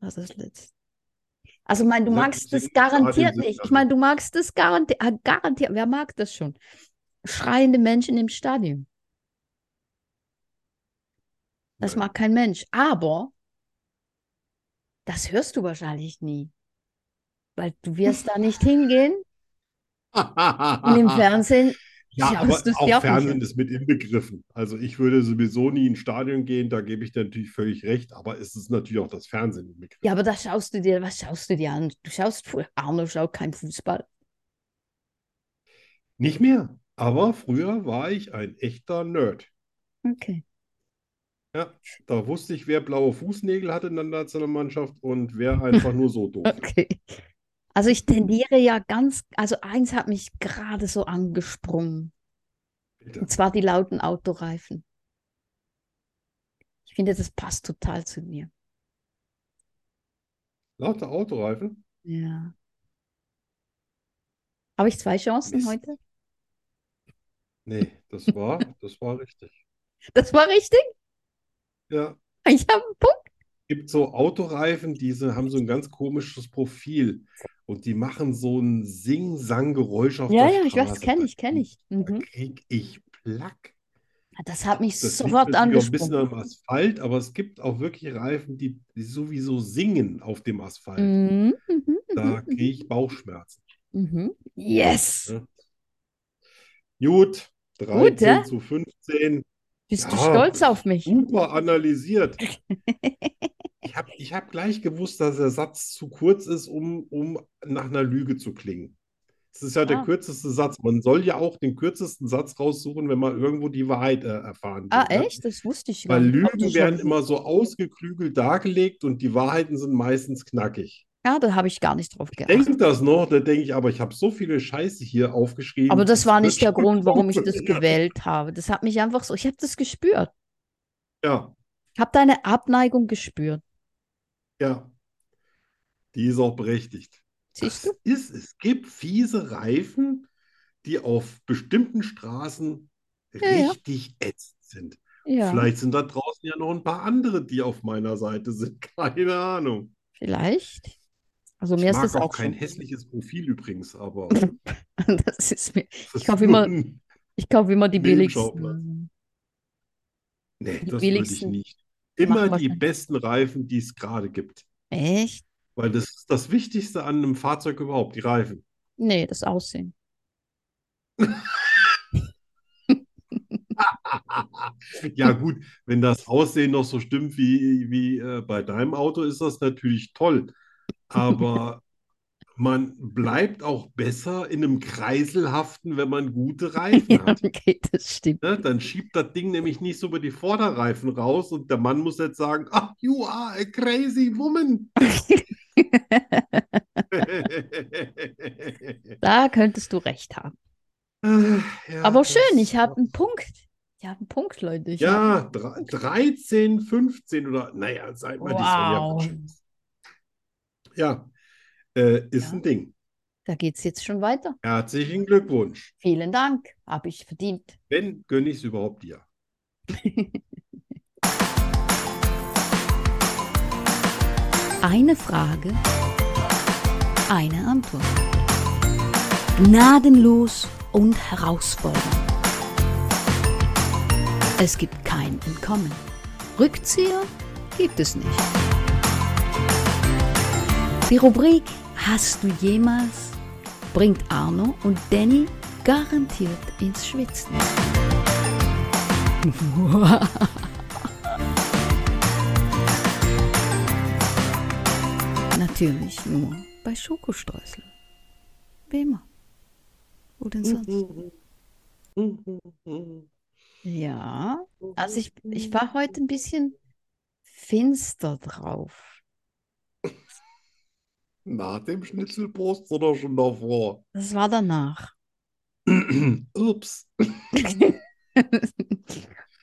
A: Was ist das letzte? Also, mein, du
B: Ja,
A: magst das
B: singen im Stadion
A: garantiert
B: sind
A: nicht.
B: ja
A: Ich meine, du magst das garanti ah, garantiert. Wer mag das schon? Schreiende Menschen im Stadion. Das
B: Nein.
A: mag kein Mensch. Aber das hörst du wahrscheinlich nie. Weil du wirst da nicht hingehen und im Fernsehen.
B: Ja,
A: Ja,
B: aber
A: das ist
B: auch
A: ja auch nicht
B: Fernsehen
A: schlimm.
B: ist mit inbegriffen. Also ich würde sowieso nie ins Stadion gehen, da gebe ich dir natürlich völlig recht, aber es ist natürlich auch das Fernsehen inbegriffen.
A: Ja, aber da schaust du dir, was schaust du dir an? Du schaust, Fu- Arno schaut kein Fußball.
B: Nicht mehr. Aber früher war ich ein echter Nerd.
A: Okay.
B: Da wusste ich, wer blaue Fußnägel hatte in der Nationalmannschaft und wer einfach nur so doof ist.
A: Okay. Also ich tendiere ja ganz, also eins hat mich gerade so angesprungen,
B: Bitte.
A: und zwar die lauten Autoreifen. Ich finde, das passt total zu mir.
B: Lauter Autoreifen?
A: Ja. Habe ich zwei Chancen
B: Mist.
A: heute?
B: Nee, das war, das war richtig.
A: Das war richtig.
B: Ja,
A: Ich habe einen Punkt.
B: gibt so Autoreifen, diese haben so ein ganz komisches Profil und die machen so ein Sing-Sang-Geräusch auf
A: Ja,
B: der
A: ja, ich weiß,
B: Straße.
A: kenne ich, kenne ich.
B: Da
A: Mhm.
B: krieg ich Plack.
A: Das hat mich
B: Das liegt
A: sofort
B: natürlich auch ein bisschen
A: angesprochen.
B: am Asphalt, aber es gibt auch wirklich Reifen, die, die sowieso singen auf dem Asphalt.
A: Mhm, mhm,
B: Da
A: mhm,
B: kriege ich Bauchschmerzen.
A: mhm. Yes!
B: Gut, 13
A: Gut, ja?
B: zu 15.
A: Bist du
B: Ja. Mhm.
A: stolz auf mich?
B: Super analysiert. Ich habe ich hab gleich gewusst, dass der Satz zu kurz ist, um, um nach einer Lüge zu klingen. Es ist ja der
A: Ah.
B: kürzeste Satz. Man soll ja auch den kürzesten Satz raussuchen, wenn man irgendwo die Wahrheit äh, erfahren will.
A: Ah,
B: ne?
A: echt? Das wusste ich gar
B: Weil
A: nicht. Ich dachte
B: Lügen werden
A: schon-
B: immer so ausgeklügelt dargelegt und die Wahrheiten sind meistens knackig.
A: Ja, da habe ich gar nicht drauf
B: Ich
A: geachtet.
B: denke das noch, da denke ich, aber ich habe so viele Scheiße hier aufgeschrieben.
A: Aber das war nicht der
B: wird schon
A: Grund, warum ich
B: gut.
A: das gewählt habe. Das hat mich einfach so, ich habe das gespürt.
B: Ja,
A: Ich habe deine Abneigung gespürt.
B: ja. Die ist auch berechtigt.
A: Siehst du?
B: Das ist, es gibt fiese Reifen, die auf bestimmten Straßen
A: ja.
B: richtig ätzend sind.
A: Ja,
B: Vielleicht sind da draußen ja noch ein paar andere, die auf meiner Seite sind. Keine Ahnung.
A: vielleicht. Also
B: Ich
A: mir ist
B: mag
A: das
B: auch
A: auch
B: kein
A: schon.
B: hässliches Profil übrigens, aber
A: Das ist mir.
B: das
A: Ich
B: ist
A: kaufe immer-
B: nur ein-
A: Ich kaufe immer die
B: Nebenschauplatz.
A: billigsten.
B: Nee,
A: Die
B: das würde ich
A: billigsten
B: nicht.
A: machen
B: Immer die
A: wahrscheinlich-
B: besten Reifen, die es gerade gibt.
A: Echt?
B: Weil das ist das Wichtigste an einem Fahrzeug überhaupt, die Reifen.
A: Nee, das Aussehen.
B: Ja, gut, wenn das Aussehen noch so stimmt wie, wie äh, bei deinem Auto, ist das natürlich toll. Aber man bleibt auch besser in einem Kreisel haften, wenn man gute Reifen
A: Ja,
B: hat.
A: okay, das stimmt.
B: Ne? Dann schiebt das Ding nämlich nicht so über die Vorderreifen raus und der Mann muss jetzt sagen: Ah, you are a crazy woman.
A: Da könntest du recht haben.
B: Ja,
A: Aber
B: das-
A: schön, ich habe einen Punkt. Ich habe einen Punkt, Leute. Ich hab-
B: Ja, dre- 13, 15 oder, naja, seid mal, die
A: Wow.
B: Sonja wird schon- Ja, äh, ist
A: Ja.
B: ein Ding.
A: Da geht es jetzt schon weiter.
B: Herzlichen Glückwunsch.
A: Vielen Dank, habe ich verdient.
B: Wenn, gönne ich es überhaupt dir.
C: Eine Frage, eine Antwort. Gnadenlos und herausfordernd. Es gibt kein Entkommen. Rückzieher gibt es nicht. Die Rubrik Hast du jemals bringt Arno und Danny garantiert ins Schwitzen. Natürlich nur bei Schokostreusel. Wie immer. Wo denn sonst?
A: Ja, also ich, ich
B: Mhm.
A: war heute ein bisschen finster drauf.
B: Nach dem Schnitzelpost oder schon davor?
A: Das war danach.
B: Ups.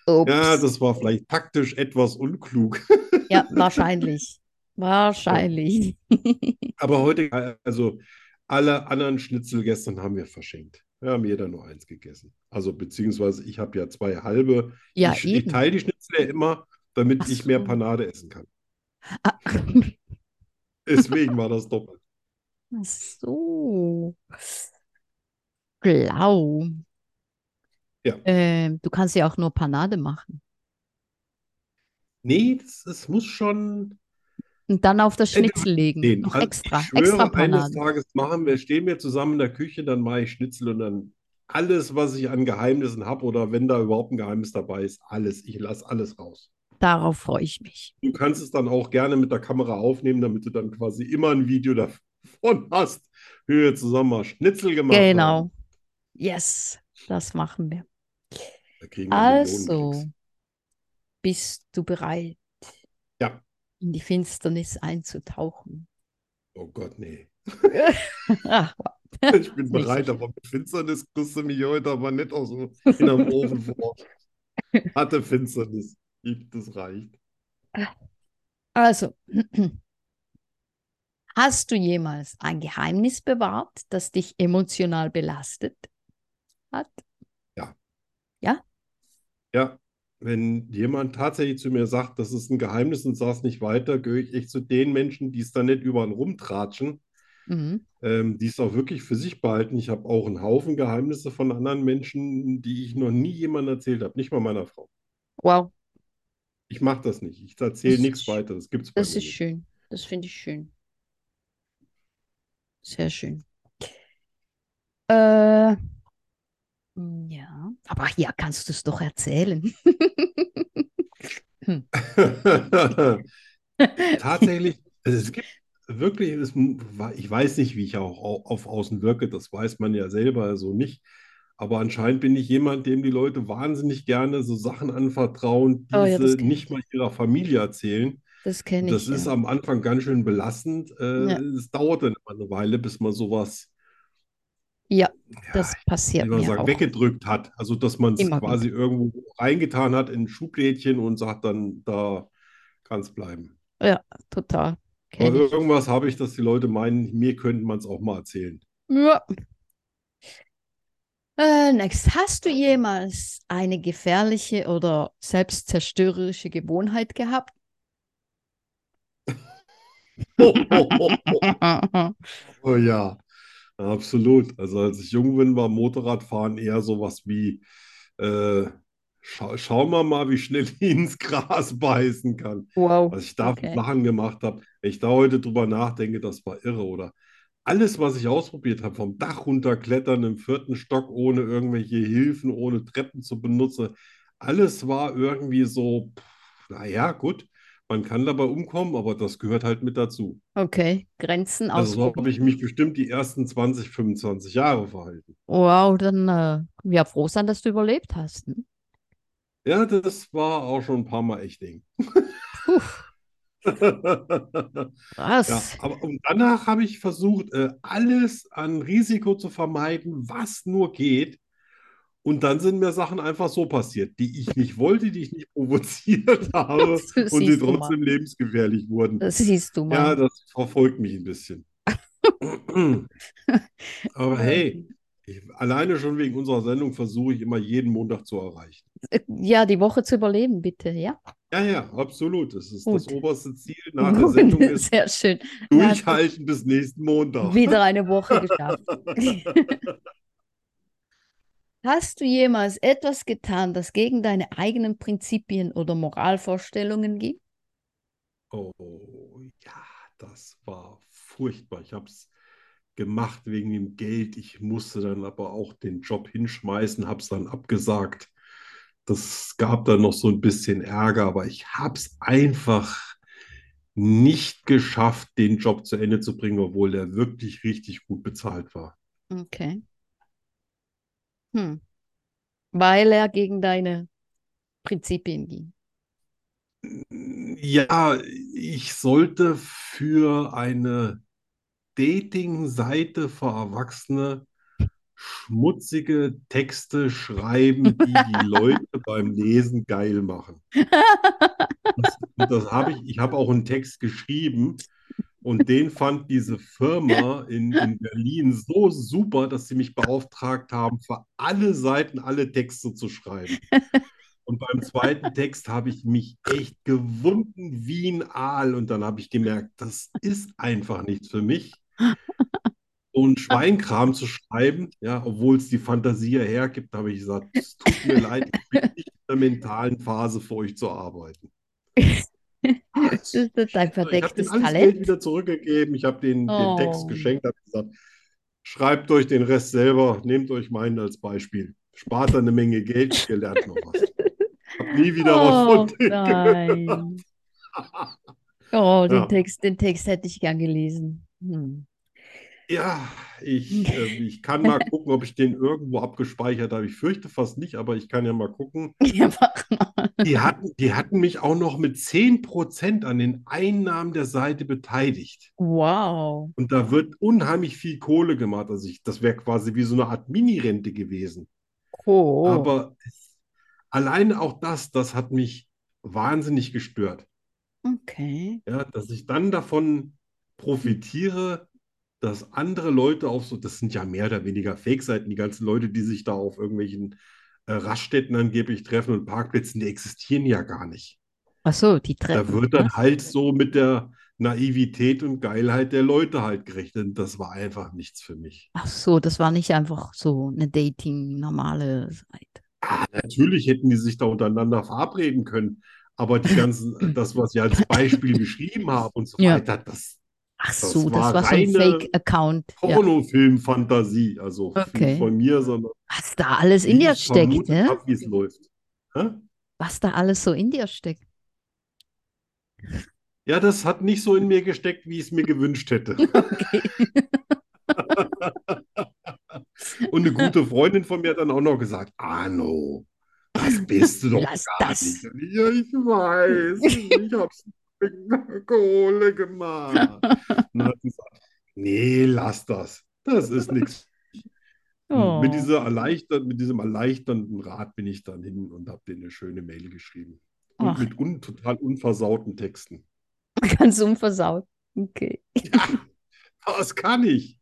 A: Ups.
B: Ja, das war vielleicht taktisch etwas unklug.
A: Ja, wahrscheinlich. Wahrscheinlich.
B: Aber heute, also alle anderen Schnitzel gestern haben wir verschenkt. Wir haben jeder nur eins gegessen. Also beziehungsweise ich habe ja zwei halbe.
A: Ja,
B: ich, ich
A: eben.
B: teile die Schnitzel ja immer, damit
A: Ach
B: ich mehr
A: so.
B: Panade essen kann.
A: Ah,
B: Deswegen war das doppelt.
A: Ach so. Blau.
B: Ja.
A: Ähm, du kannst ja auch nur Panade machen.
B: Nee, das, es muss schon
A: Und dann auf das
B: Äh, du-
A: Schnitzel legen.
B: gehen.
A: Noch
B: Also
A: extra.
B: ich schwöre,
A: Extra
B: eines
A: Panade.
B: Tages machen wir, stehen wir zusammen in der Küche, dann mache ich Schnitzel und dann alles, was ich an Geheimnissen habe oder wenn da überhaupt ein Geheimnis dabei ist, alles. Ich lasse alles raus.
A: Darauf freue ich mich.
B: Du kannst es dann auch gerne mit der Kamera aufnehmen, damit du dann quasi immer ein Video davon hast, wie wir zusammen mal Schnitzel gemacht haben.
A: Genau. Yes, das machen wir.
B: Da kriegen wir
A: Also,
B: Millionenklicks.
A: bist du bereit,
B: Ja.
A: in die Finsternis einzutauchen?
B: Oh Gott, nee.
A: Ach,
B: Ich bin
A: Nicht
B: bereit, aber mit Finsternis kriegst du mich heute aber nicht aus dem in einem Ofen vor. Hatte Finsternis. Ich- Das reicht.
A: Also, hast du jemals ein Geheimnis bewahrt, das dich emotional belastet hat?
B: Ja, wenn jemand tatsächlich zu mir sagt, das ist ein Geheimnis und sag's nicht weiter, gehöre ich echt zu den Menschen, die es dann nicht überall rumtratschen,
A: Mhm.
B: Ähm, die ist auch wirklich für sich behalten. Ich habe auch einen Haufen Geheimnisse von anderen Menschen, die ich noch nie jemandem erzählt habe, nicht mal meiner Frau.
A: Wow,
B: Ich mache das nicht. Ich erzähle
A: Das ist
B: nichts
A: schön.
B: weiter. Das gibt's bei
A: das
B: mir
A: ist
B: nicht.
A: schön. Das finde ich schön. Sehr schön. Äh, mm, ja, aber hier kannst du es doch erzählen.
B: Tatsächlich, also es gibt wirklich, es, ich weiß nicht, wie ich auch au- auf außen wirke, das weiß man ja selber so nicht. Aber anscheinend bin ich jemand, dem die Leute wahnsinnig gerne so Sachen anvertrauen, die
A: Oh ja, das
B: sie
A: kenn
B: nicht mal ihrer Familie erzählen.
A: Das kenne
B: Das
A: ich,
B: ist
A: ja.
B: am Anfang ganz schön belastend. Äh,
A: Ja.
B: es dauert dann immer eine Weile, bis man sowas,
A: Ja,
B: ja,
A: das
B: wie
A: passiert
B: man
A: mir
B: sagt,
A: auch
B: weggedrückt hat. Also, dass man es
A: immer wieder.
B: quasi irgendwo reingetan hat in ein Schublädchen und sagt dann, da kann es bleiben.
A: Ja, total.
B: Aber
A: Kenne ich.
B: irgendwas habe ich, dass die Leute meinen, mir könnte man es auch mal erzählen.
A: Ja. Äh, next. Hast du jemals eine gefährliche oder selbstzerstörerische Gewohnheit gehabt?
B: Oh, ja, absolut. Also als ich jung bin, war Motorradfahren eher sowas wie, äh, schau, schauen wir mal, wie schnell ich ins Gras beißen kann.
A: Wow,
B: Was ich da für
A: okay.
B: Sachen gemacht habe, wenn ich da heute drüber nachdenke, das war irre, oder? Alles, was ich ausprobiert habe, vom Dach runterklettern, im vierten Stock ohne irgendwelche Hilfen, ohne Treppen zu benutzen, alles war irgendwie so, pff, naja, gut, man kann dabei umkommen, aber das gehört halt mit dazu.
A: Okay, Grenzen
B: Also so habe
A: ausprobieren.
B: ich mich bestimmt die ersten 20, 25 Jahre verhalten.
A: Wow, dann äh, ja, froh sein, dass du überlebt hast. Ne?
B: Ja, das war auch schon ein paar Mal echt eng.
A: Puh,
B: Ja,
A: krass.
B: aber und danach habe ich versucht, äh, alles an Risiko zu vermeiden, was nur geht. Und dann sind mir Sachen einfach so passiert, die ich nicht wollte, die ich nicht provoziert habe
A: Das
B: und die
A: siehst du mal.
B: trotzdem lebensgefährlich wurden.
A: Das siehst du
B: Ja,
A: mal.
B: das verfolgt mich ein bisschen. Aber hey,
A: Ähm,
B: ich, alleine schon wegen unserer Sendung versuche ich immer jeden Montag zu erreichen.
A: äh, Ja, die Woche zu überleben, bitte, ja?
B: Ja, ja, absolut. Das ist das
A: Gut.
B: oberste Ziel nach der Sendung ist
A: Sehr schön. Da hast du
B: durchhalten bis nächsten Montag.
A: wieder eine Woche geschafft. Hast du jemals etwas getan, das gegen deine eigenen Prinzipien oder Moralvorstellungen ging?
B: Oh ja, das war furchtbar. Ich habe es gemacht wegen dem Geld. Ich musste dann aber auch den Job hinschmeißen, habe es dann abgesagt. Das gab dann noch so ein bisschen Ärger, aber ich habe es einfach nicht geschafft, den Job zu Ende zu bringen, obwohl der wirklich richtig gut bezahlt war.
A: Okay. Hm. Weil er gegen deine Prinzipien ging.
B: Ja, ich sollte für eine Dating-Seite für Erwachsene schmutzige Texte schreiben, die die Leute beim Lesen geil machen. Das, und das habe ich, ich habe auch einen Text geschrieben und den fand diese Firma in, in Berlin so super, dass sie mich beauftragt haben, für alle Seiten alle Texte zu schreiben. Und beim zweiten Text habe ich mich echt gewunden wie ein Aal und dann habe ich gemerkt, das ist einfach nichts für mich so einen Schweinkram zu schreiben, ja, obwohl es die Fantasie ja hergibt, habe ich gesagt, es tut mir leid, ich bin nicht in der mentalen Phase für euch zu arbeiten.
A: Das ist dein
B: Ich habe denen
A: verdecktes
B: alles Geld
A: Talent.
B: wieder zurückgegeben, ich habe denen den Text
A: Oh.
B: geschenkt, habe gesagt, schreibt euch den Rest selber, nehmt euch meinen als Beispiel. Spart da eine Menge Geld, ihr lernt noch was. Hab nie wieder was
A: Oh
B: von denen gehört.
A: nein. Oh, den
B: Ja,
A: Text, den Text hätte ich gern gelesen. Hm.
B: ja ich, äh, ich kann mal gucken, ob ich den irgendwo abgespeichert habe. Ich fürchte fast nicht, aber ich kann ja mal gucken.
A: Ja, mach mal.
B: Die hatten, die hatten mich auch noch mit 10% an den Einnahmen der Seite beteiligt.
A: Wow.
B: Und da wird unheimlich viel Kohle gemacht. Also ich, das wäre quasi wie so eine Art Mini-Rente gewesen.
A: Cool.
B: Aber es- allein auch das, das hat mich wahnsinnig gestört.
A: Okay.
B: Ja, dass ich dann davon profitiere, dass andere Leute auf so, das sind ja mehr oder weniger Fake-Seiten, die ganzen Leute, die sich da auf irgendwelchen äh, Raststätten angeblich treffen und Parkplätzen, die existieren ja gar nicht.
A: Ach so, die
B: Da
A: Treppen.
B: wird dann halt so mit der Naivität und Geilheit der Leute halt gerechnet. Und das war einfach nichts für mich.
A: Ach so, das war nicht einfach so eine Dating-normale Seite.
B: Ah, natürlich hätten die sich da untereinander verabreden können, aber die ganzen, das, was ich als Beispiel beschrieben habe und so
A: Ja.
B: weiter, das
A: Ach
B: Das
A: so, das
B: war
A: war so ein
B: reine
A: Fake-Account. Ja.
B: Pornofilm-Fantasie, also
A: Okay.
B: nicht von mir, sondern
A: Was da alles in
B: wie
A: dir
B: ich
A: steckt,
B: vermutet
A: ne?
B: habe, wie es läuft. Hä?
A: Was da alles so in dir steckt.
B: Ja, das hat nicht so in mir gesteckt, wie ich es mir gewünscht hätte. Und eine gute Freundin von mir hat dann auch noch gesagt, Arno, das bist du doch
A: Lass
B: gar
A: das.
B: nicht. Und ich, Ja, ich weiß, ich hab's mit Kohle gemacht. Und dann hat sie gesagt, nee, lass das. Das ist nichts.
A: Oh.
B: Mit dieser erleichtert, mit diesem erleichternden Rat bin ich dann hin und habe denen eine schöne Mail geschrieben. Und
A: Ach.
B: mit un total unversauten Texten.
A: Ganz unversaut. Okay.
B: Das kann ich.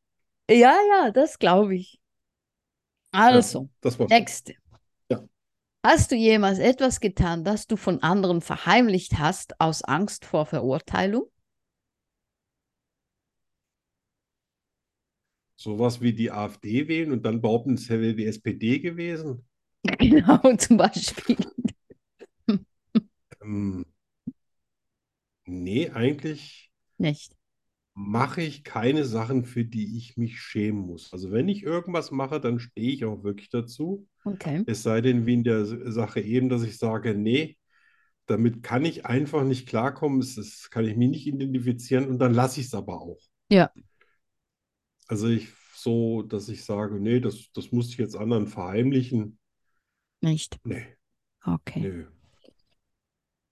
A: Ja, ja, das glaube ich. Also,
B: Das war
A: nächste.
B: Ja.
A: Hast du jemals etwas getan, das du von anderen verheimlicht hast, aus Angst vor Verurteilung?
B: sowas wie die AfD wählen und dann behaupten, es wäre die SPD gewesen.
A: Genau, zum Beispiel.
B: Ähm, nee, eigentlich
A: Nicht.
B: mache ich keine Sachen, für die ich mich schämen muss. Also wenn ich irgendwas mache, dann stehe ich auch wirklich dazu.
A: Okay.
B: Es sei denn, wie in der Sache eben, dass ich sage, nee, damit kann ich einfach nicht klarkommen, es ist, kann ich mich nicht identifizieren und dann lasse ich es aber auch.
A: Ja.
B: Also ich so, dass ich sage, nee, das, das muss ich jetzt anderen verheimlichen.
A: Nicht.
B: Nee.
A: Okay.
B: Nö.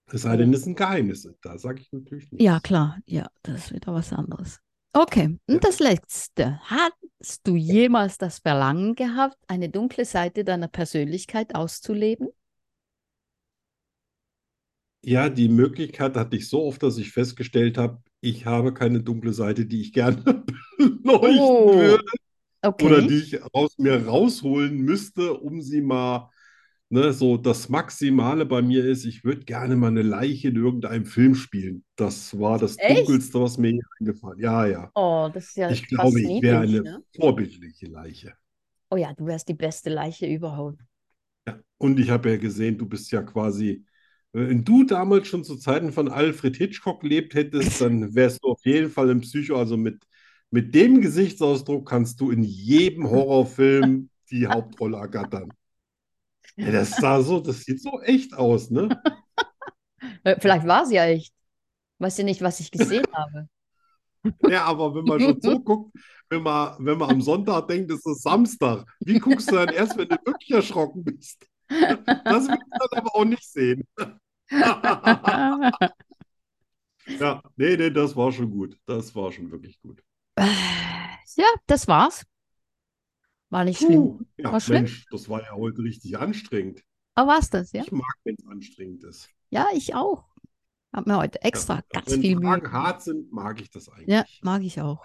B: Es sei denn, es ist ein Geheimnis. Da sage ich natürlich nichts.
A: Ja, klar. Ja, das ist wieder was anderes. Okay.
B: Ja.
A: Und das letzte. Hast du jemals das Verlangen gehabt, eine dunkle Seite deiner Persönlichkeit auszuleben?
B: Ja, die Möglichkeit hatte ich so oft, dass ich festgestellt habe, ich habe keine dunkle Seite, die ich gerne beleuchten
A: Oh,
B: würde
A: Okay.
B: oder die ich aus mir rausholen müsste, um sie mal, ne, so das Maximale bei mir ist, ich würde gerne mal eine Leiche in irgendeinem Film spielen. Das war das
A: Echt?
B: Dunkelste, was mir je eingefallen. Ja, ja.
A: Oh, das ist ja
B: Ich
A: fast
B: glaube, ich wäre
A: niedlich,
B: eine
A: ne?
B: vorbildliche Leiche.
A: Oh ja, du wärst die beste Leiche überhaupt.
B: Ja, und ich habe ja gesehen, du bist ja quasi, äh, wenn du damals schon zu Zeiten von Alfred Hitchcock gelebt hättest, dann wärst du auf jeden Fall im Psycho. Also mit, mit dem Gesichtsausdruck kannst du in jedem Horrorfilm die Hauptrolle ergattern. Ja, das sah so, das sieht so echt aus, ne?
A: Äh, Vielleicht war es ja echt. Weiß ja nicht, was ich gesehen habe.
B: Ja, aber wenn man schon so guckt, wenn man, wenn man am Sonntag denkt, es ist Samstag, wie guckst du dann erst, wenn du wirklich erschrocken bist? Das willst du dann aber auch nicht sehen. Ja, nee, nee, das war schon gut. Das war schon wirklich gut.
A: Ja, das war's. War nicht schlimm.
B: Puh, ja,
A: War schlimm?
B: Mensch, das war ja heute richtig anstrengend.
A: Aber war's das, ja?
B: Ich mag, wenn es anstrengend ist.
A: Ja, ich auch. Hab mir heute extra ganz
B: Wenn
A: viel Mühe.
B: Fragen hart sind, mag ich das
A: Ja,
B: eigentlich.
A: mag ich auch.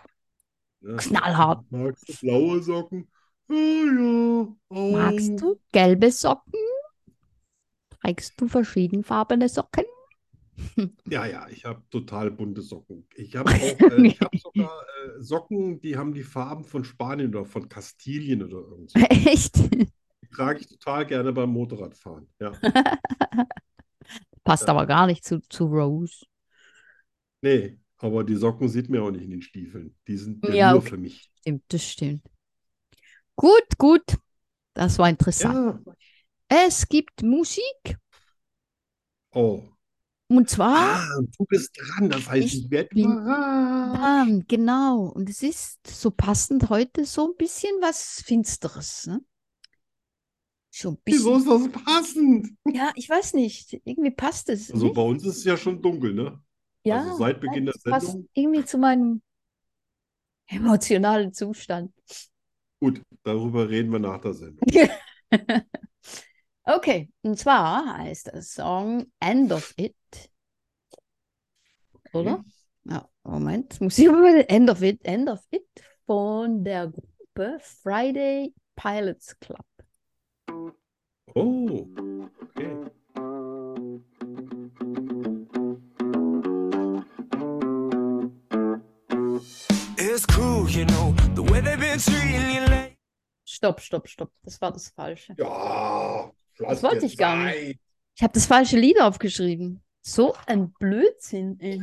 B: Ja.
A: knallhart.
B: Magst du blaue Socken? Ja, ja. Oh.
A: Magst du gelbe Socken? Trägst du verschiedenfarbene Socken?
B: Ja, ja, ich habe total bunte Socken. Ich habe auch, äh, ich habe sogar äh, Socken, die haben die Farben von Spanien oder von Kastilien oder irgend so.
A: Echt?
B: Die trage ich total gerne beim Motorradfahren. Ja.
A: Passt
B: Ja.
A: aber gar nicht zu, zu Rose.
B: Nee, aber die Socken sieht mir auch nicht in den Stiefeln. Die sind ja
A: Ja,
B: nur
A: okay.
B: für mich.
A: Stimmt, das stimmt. Gut, gut. Das war interessant.
B: Ja.
A: Es gibt Musik.
B: Oh.
A: Und zwar,
B: Ah, du bist dran. Das heißt,
A: Ich
B: ich werde
A: bin
B: überrascht.
A: ähm, genau. Und es ist so passend heute so ein bisschen was Finsteres. Ne? So ein
B: Wieso
A: bisschen.
B: ist das passend?
A: Ja, ich weiß nicht. Irgendwie passt es.
B: Also
A: nicht?
B: bei uns ist es ja schon dunkel, ne?
A: Ja,
B: Also seit Beginn der
A: es passt
B: Sendung.
A: irgendwie zu meinem emotionalen Zustand.
B: Gut, darüber reden wir nach der Sendung.
A: Okay, und zwar heißt der Song End of It, oder? Ja, Moment, muss ich mal End of It, End of It von der Gruppe Friday Pilots Club.
B: Oh, okay.
D: End
A: stopp, stopp, stopp. Das war das Falsche.
B: Ja, lass
A: wollte
B: dir
A: ich gar nicht.
B: Zeit.
A: Ich habe das falsche Lied aufgeschrieben. So ein Blödsinn, ey.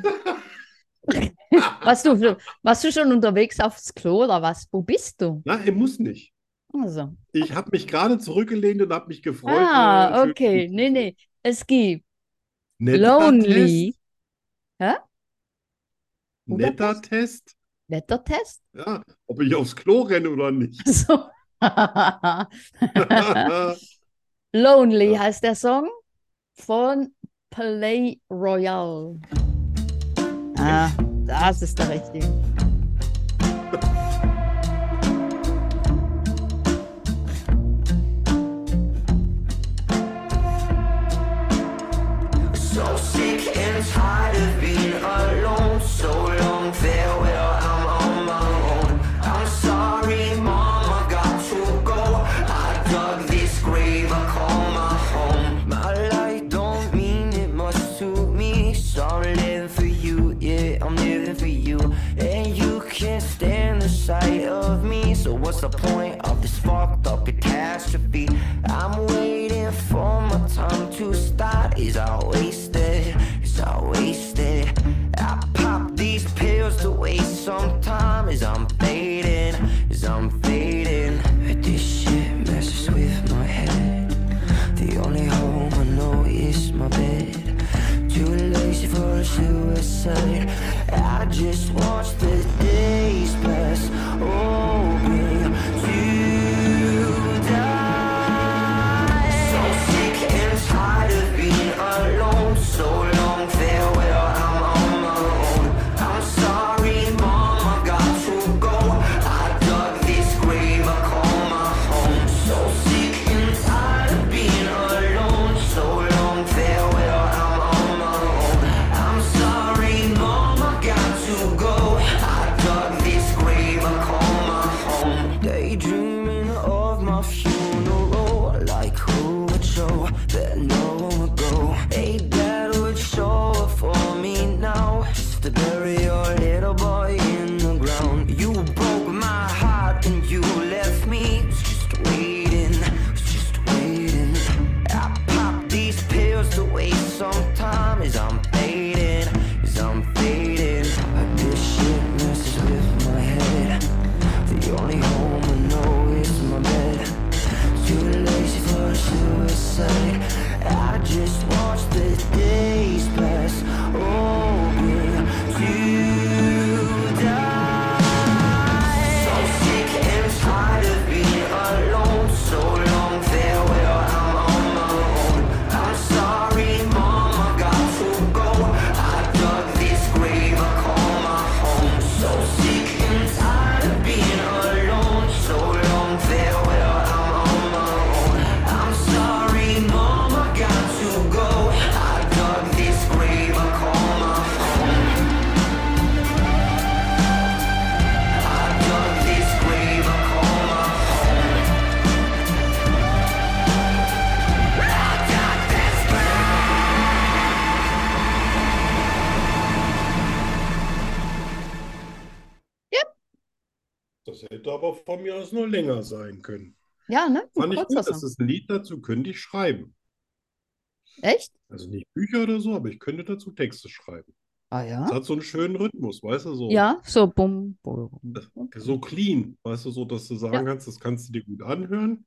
A: warst, du, warst du schon unterwegs aufs Klo oder was? Wo bist du?
B: Na, er muss nicht.
A: Also.
B: Ich habe mich gerade zurückgelehnt und habe mich gefreut.
A: Ah,
B: äh, für-
A: okay. Nee, nee. Es gibt
B: Netter
A: Lonely.
B: Test.
A: Oder
B: Netter Test.
A: Wettertest?
B: Ja, ob ich aufs Klo renne oder nicht.
A: So. Lonely heißt der Song von Play Royale. Ah, das ist der richtige.
D: So sick and tired of being alone. So long farewell, I'm on my own. I'm sorry, mom, I got to go. I dug this grave, I call my home. My life don't mean it much to me. So I'm living for you, yeah, I'm living for you. And you can't stand the sight of me. So what's the point of this fucked up catastrophe? I'm waiting for my time to start. Is I wasted? Is I wasted? I pop these pills to waste some time. Is I'm fading? Is I'm fading? This shit messes with my head. The only home I know is my bed. Too lazy for suicide. I just watch the days pass, hoping to die. So sick and tired of being alone. So long farewell, I'm on my own. I'm sorry, mom, I got to go. I dug this grave, I call my home. So sick and tired of being alone. So long farewell, I'm on my own. I'm sorry, mom, I got to go. I dug this grave, I call my home. Daydreaming of my funeral, like who would show that no one would go. A dad would show up for me now, just to bury your little boy in the ground. You broke my heart and you left me. It's just waiting, it's just waiting. I pop these pills to waste some time as I'm fading, as I'm fading. This shit messes with my head. The only home I know is my bed. Too lazy for suicide. I just watch the days pass, hoping to die. So sick and tired of being alone. So long farewell, I'm on my own. I'm sorry, mom, I got to go. I dug this grave, I call my home. So sick and tired of being alone. So long farewell, I'm on my own. I'm sorry, mom, I got to go. I dug this grave, I call my home. I dug this grave, I call my home. I dug this grave.
B: Das hätte aber von mir aus nur länger sein können.
A: Ja, ne?
B: Fand ich gut,
A: Kurzer
B: das
A: Song.
B: ist ein Lied dazu, könnte ich schreiben.
A: Echt?
B: Also nicht Bücher oder so, aber ich könnte dazu Texte schreiben.
A: Ah ja.
B: Das hat so einen schönen Rhythmus, weißt du, so,
A: Ja, so bum, bum. bum.
B: so clean, weißt du, so, dass du sagen kannst, das kannst du dir gut anhören.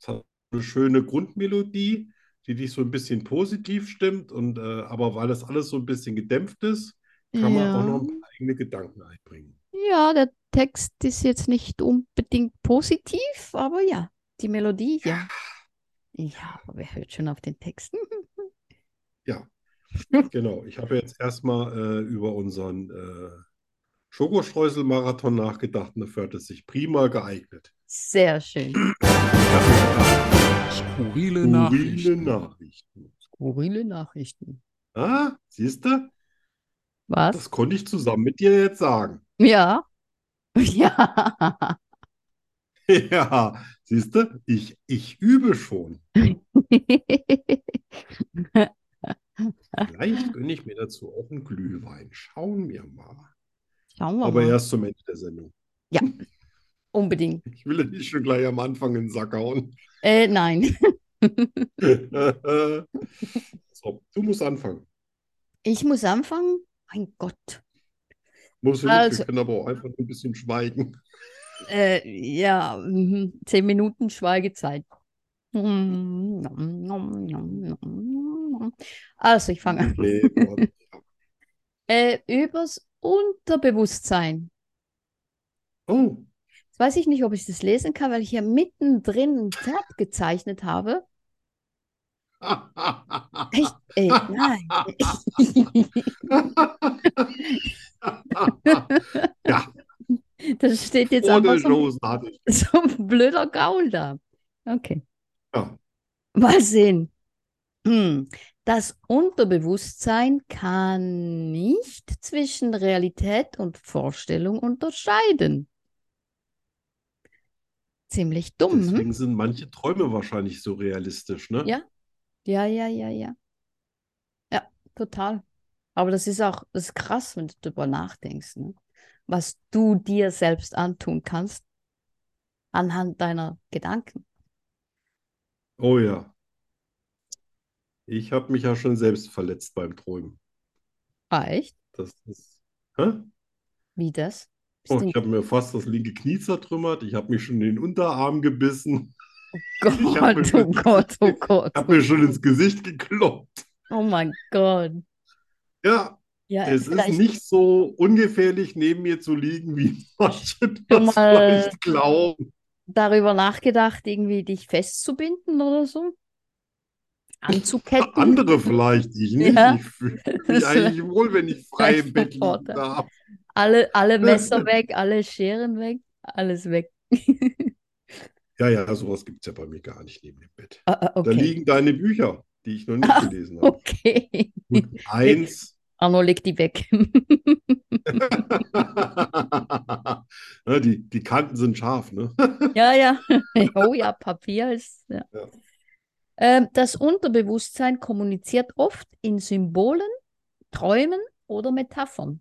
B: Es hat eine schöne Grundmelodie, die dich so ein bisschen positiv stimmt und äh, aber weil das alles so ein bisschen gedämpft ist, kann man auch
A: Ja.
B: noch ein paar eigene Gedanken einbringen.
A: Ja, der Text ist jetzt nicht unbedingt positiv, aber ja, die Melodie, ja. Ja, aber wer hört schon auf den Text?
B: Genau, ich habe jetzt erstmal äh, über unseren äh, Schokostreusel-Marathon nachgedacht und dafür hat es sich prima geeignet.
A: Sehr schön.
E: Skurrile
B: Skurrile
E: Nachrichten.
B: Nachrichten.
A: Skurrile Nachrichten.
B: Ah, siehst du?
A: Was?
B: Das konnte ich zusammen mit dir jetzt sagen.
A: Ja. Ja.
B: Ja, siehst du, ich, ich übe schon.
A: Ah.
B: Vielleicht gönne ich mir dazu auch einen Glühwein. Schauen wir mal.
A: Schauen wir
B: Aber
A: mal.
B: erst zum Ende der Sendung.
A: Unbedingt.
B: Ich will ja nicht schon gleich am Anfang in den Sack hauen.
A: Äh, nein.
B: so, du musst anfangen.
A: Ich muss anfangen? Mein Gott.
B: Musst du nicht,
A: Also-
B: wir können aber auch einfach ein bisschen schweigen.
A: Äh, ja, mhm. zehn Minuten Schweigezeit. Mm, Also, ich fange an.
B: Nee, Gott.
A: Äh, übers Unterbewusstsein.
B: oh,
A: Jetzt weiß ich nicht, ob ich das lesen kann, weil ich hier mittendrin ein Pferd gezeichnet habe. Echt? Ey, Äh, nein.
B: ja,
A: Das steht jetzt
B: vor
A: einfach
B: der
A: so,
B: Losen hatte ich.
A: so ein blöder Gaul da. Okay.
B: Ja.
A: Mal sehen. Hm. Das Unterbewusstsein kann nicht zwischen Realität und Vorstellung unterscheiden. Ziemlich dumm, hm?
B: Deswegen sind manche Träume wahrscheinlich so realistisch, ne?
A: Ja. Ja, ja, ja, ja. Ja, total. Aber das ist auch, das ist krass, wenn du darüber nachdenkst, ne? Was du dir selbst antun kannst anhand deiner Gedanken.
B: Oh ja. Ich habe mich ja schon selbst verletzt beim Träumen.
A: Ah, echt?
B: Das ist. Hä?
A: Wie das? Bist
B: Oh,
A: du-
B: ich habe mir fast das linke Knie zertrümmert. Ich habe mir schon den Unterarm gebissen. ich hab
A: Gott, oh
B: mir-
A: Gott, oh Gott,
B: Ich habe mir schon ins Gesicht gekloppt.
A: oh mein Gott.
B: Ja,
A: Ja,
B: es ist
A: Äh, vielleicht,
B: nicht so ungefährlich, neben mir zu liegen, wie manche das
A: mal-
B: vielleicht glauben.
A: darüber nachgedacht, irgendwie dich festzubinden oder so? Anzuketten?
B: Andere vielleicht, ich nicht.
A: Ja.
B: Ich fühle mich eigentlich wohl, wenn ich frei im
A: Vielleicht
B: Bett
A: der
B: liegen
A: Vorteil.
B: darf.
A: Alle, alle Messer weg, alle Scheren weg, alles weg.
B: Ja, ja, sowas gibt es ja bei mir gar nicht neben dem Bett.
A: Ah, ah,
B: Da
A: okay,
B: liegen deine Bücher, die ich noch nicht gelesen habe.
A: okay.
B: Gut, eins.
A: Arno, leg die weg.
B: Na, die, die Kanten sind scharf, ne?
A: Ja, ja. Oh ja, Papier ist. Ja.
B: Ja.
A: Ähm, das Unterbewusstsein kommuniziert oft in Symbolen, Träumen oder Metaphern.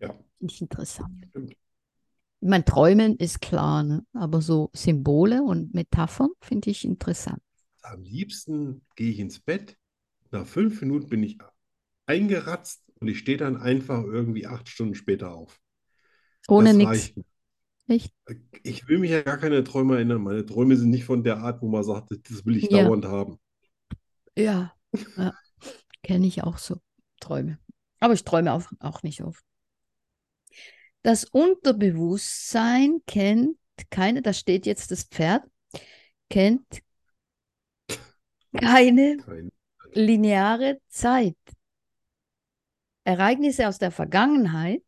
B: Ja.
A: Finde ich interessant.
B: Stimmt.
A: Ich meine, Träumen ist klar, ne? aber so Symbole und Metaphern finde ich interessant.
B: Am liebsten gehe ich ins Bett. Nach fünf Minuten bin ich eingeratzt und ich stehe dann einfach irgendwie acht Stunden später auf.
A: Ohne
B: Das
A: nichts.
B: reicht mir.
A: Echt?
B: Ich will mich ja gar keine Träume erinnern. Meine Träume sind nicht von der Art, wo man sagt, das will ich
A: Ja.
B: dauernd haben.
A: Ja, ja. kenne ich auch so. Träume. Aber ich träume auch, auch nicht oft. Das Unterbewusstsein kennt keine, da steht jetzt das Pferd, kennt keine
B: Kein.
A: lineare Zeit. Ereignisse aus der Vergangenheit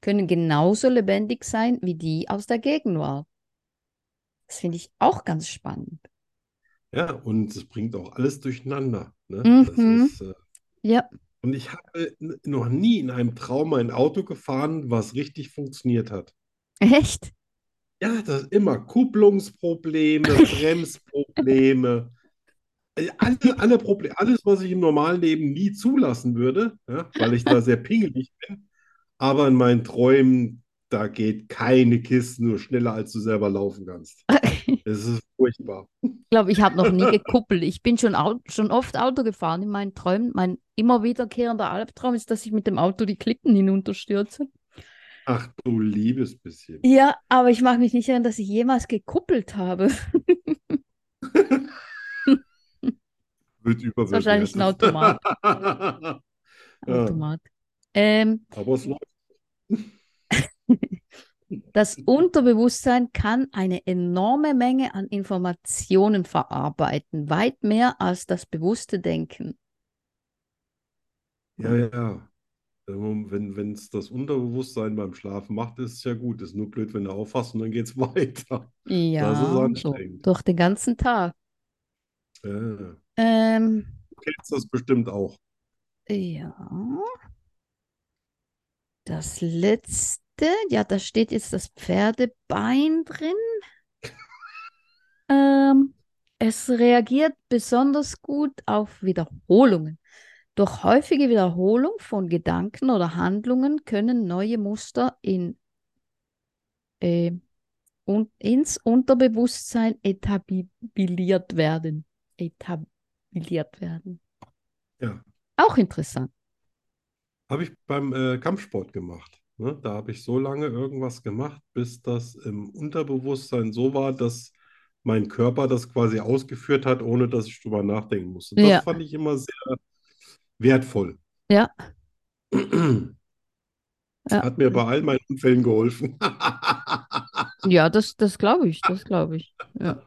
A: können genauso lebendig sein wie die aus der Gegenwart. Das finde ich auch ganz spannend.
B: Ja, und es bringt auch alles durcheinander. Ne? Das
A: Mhm.
B: ist, äh,
A: Ja,
B: und ich habe n- noch nie in einem Traum ein Auto gefahren, was richtig funktioniert hat.
A: echt?
B: Ja, das ist immer Kupplungsprobleme, Bremsprobleme, äh, alle, alle Probleme, alles, was ich im normalen Leben nie zulassen würde, ja, weil ich da sehr pingelig bin. Aber in meinen Träumen, da geht keine Kiste nur schneller, als du selber laufen kannst. Es ist furchtbar.
A: Ich glaube, ich habe noch nie gekuppelt. Ich bin schon, au schon oft Auto gefahren in meinen Träumen. Mein immer wiederkehrender Albtraum ist, dass ich mit dem Auto die Klippen hinunterstürze.
B: Ach du liebes bisschen.
A: Ja, aber ich mag mich nicht erinnern, dass ich jemals gekuppelt habe.
B: Wird
A: Das ist wahrscheinlich ein
B: überbewertet.
A: Automat.
B: Ja.
A: Automat. Ähm,
B: Aber es läuft.
A: das Unterbewusstsein kann eine enorme Menge an Informationen verarbeiten, weit mehr als das bewusste Denken.
B: Ja, ja, ja. Wenn, wenn es das Unterbewusstsein beim Schlafen macht, ist es ja gut. Ist nur blöd, wenn du aufwachst und dann geht's weiter.
A: Ja, so
B: anstrengend.
A: durch den ganzen Tag.
B: Ja, du
A: Ähm,
B: kennst das bestimmt auch.
A: Ja. Das letzte, ja, da steht jetzt das Pferdebein drin. Ähm, es reagiert besonders gut auf Wiederholungen. Durch häufige Wiederholung von Gedanken oder Handlungen können neue Muster in äh, und ins Unterbewusstsein etabliert werden. Etabliert werden.
B: Ja.
A: Auch interessant.
B: Habe ich beim äh, Kampfsport gemacht. Ne? Da habe ich so lange irgendwas gemacht, bis das im Unterbewusstsein so war, dass mein Körper das quasi ausgeführt hat, ohne dass ich drüber nachdenken musste. Das
A: Ja.
B: fand ich immer sehr wertvoll.
A: Ja. Ja.
B: Hat mir bei all meinen Unfällen geholfen.
A: Ja, das, das glaube ich, das glaube ich.
B: Ja.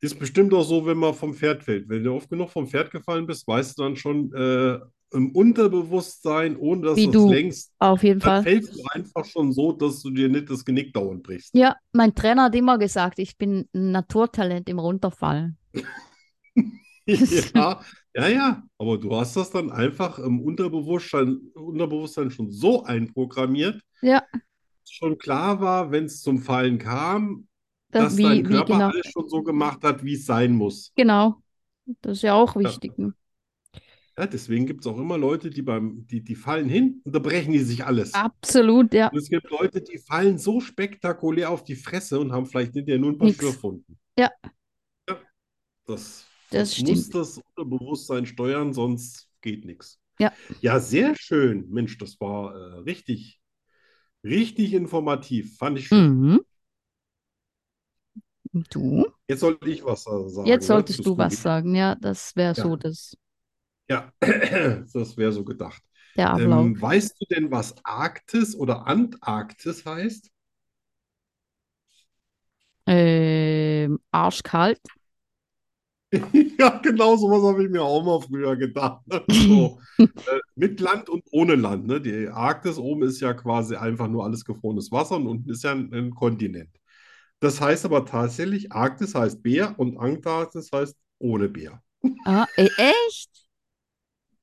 B: Ist bestimmt auch so, wenn man vom Pferd fällt. Wenn du oft genug vom Pferd gefallen bist, weißt du dann schon äh, im Unterbewusstsein, ohne dass
A: Wie
B: du es
A: du.
B: längst,
A: Auf jeden Fall.
B: dann fällst du einfach schon so, dass du dir nicht das Genick dauernd brichst.
A: Ja, mein Trainer hat immer gesagt, ich bin ein Naturtalent im Runterfallen.
B: Ja, ja, ja. Aber du hast das dann einfach im Unterbewusstsein, Unterbewusstsein schon so einprogrammiert,
A: Ja.
B: dass schon klar war, wenn es zum Fallen kam,
A: Das,
B: dass
A: wie,
B: dein
A: wie
B: Körper
A: genau,
B: alles schon so gemacht hat, wie es sein muss.
A: genau. Das ist ja auch wichtig. ne?
B: Ja, deswegen gibt es auch immer Leute, die beim, die, die fallen hin und da brechen die sich alles.
A: Ah, Absolut, ja.
B: Und es gibt Leute, die fallen so spektakulär auf die Fresse und haben vielleicht hinterher nur ein paar
A: Nix.
B: Schürfwunden.
A: Ja.
B: Ja, das,
A: Das
B: das muss
A: stimmt.
B: das Unterbewusstsein steuern, sonst geht nichts.
A: Ja.
B: Ja, sehr schön. Mensch, das war äh, richtig, richtig informativ. Fand ich schön.
A: Mhm. Und Du?
B: Jetzt sollte ich was äh, sagen.
A: Jetzt
B: ne?
A: solltest
B: Bist
A: du was sagen. Ja, das wäre
B: Ja.
A: so das,
B: Ja, das wäre so gedacht.
A: der Ablauf.
B: Ähm, weißt du denn, was Arktis oder Antarktis heißt?
A: Ähm, arschkalt.
B: Ja, genau sowas habe ich mir auch mal früher gedacht. So, äh, mit Land und ohne Land. Ne? Die Arktis oben ist ja quasi einfach nur alles gefrorenes Wasser und unten ist ja ein, ein Kontinent. Das heißt aber tatsächlich, Arktis heißt Bär und Antarktis heißt ohne Bär.
A: Ah, e- echt?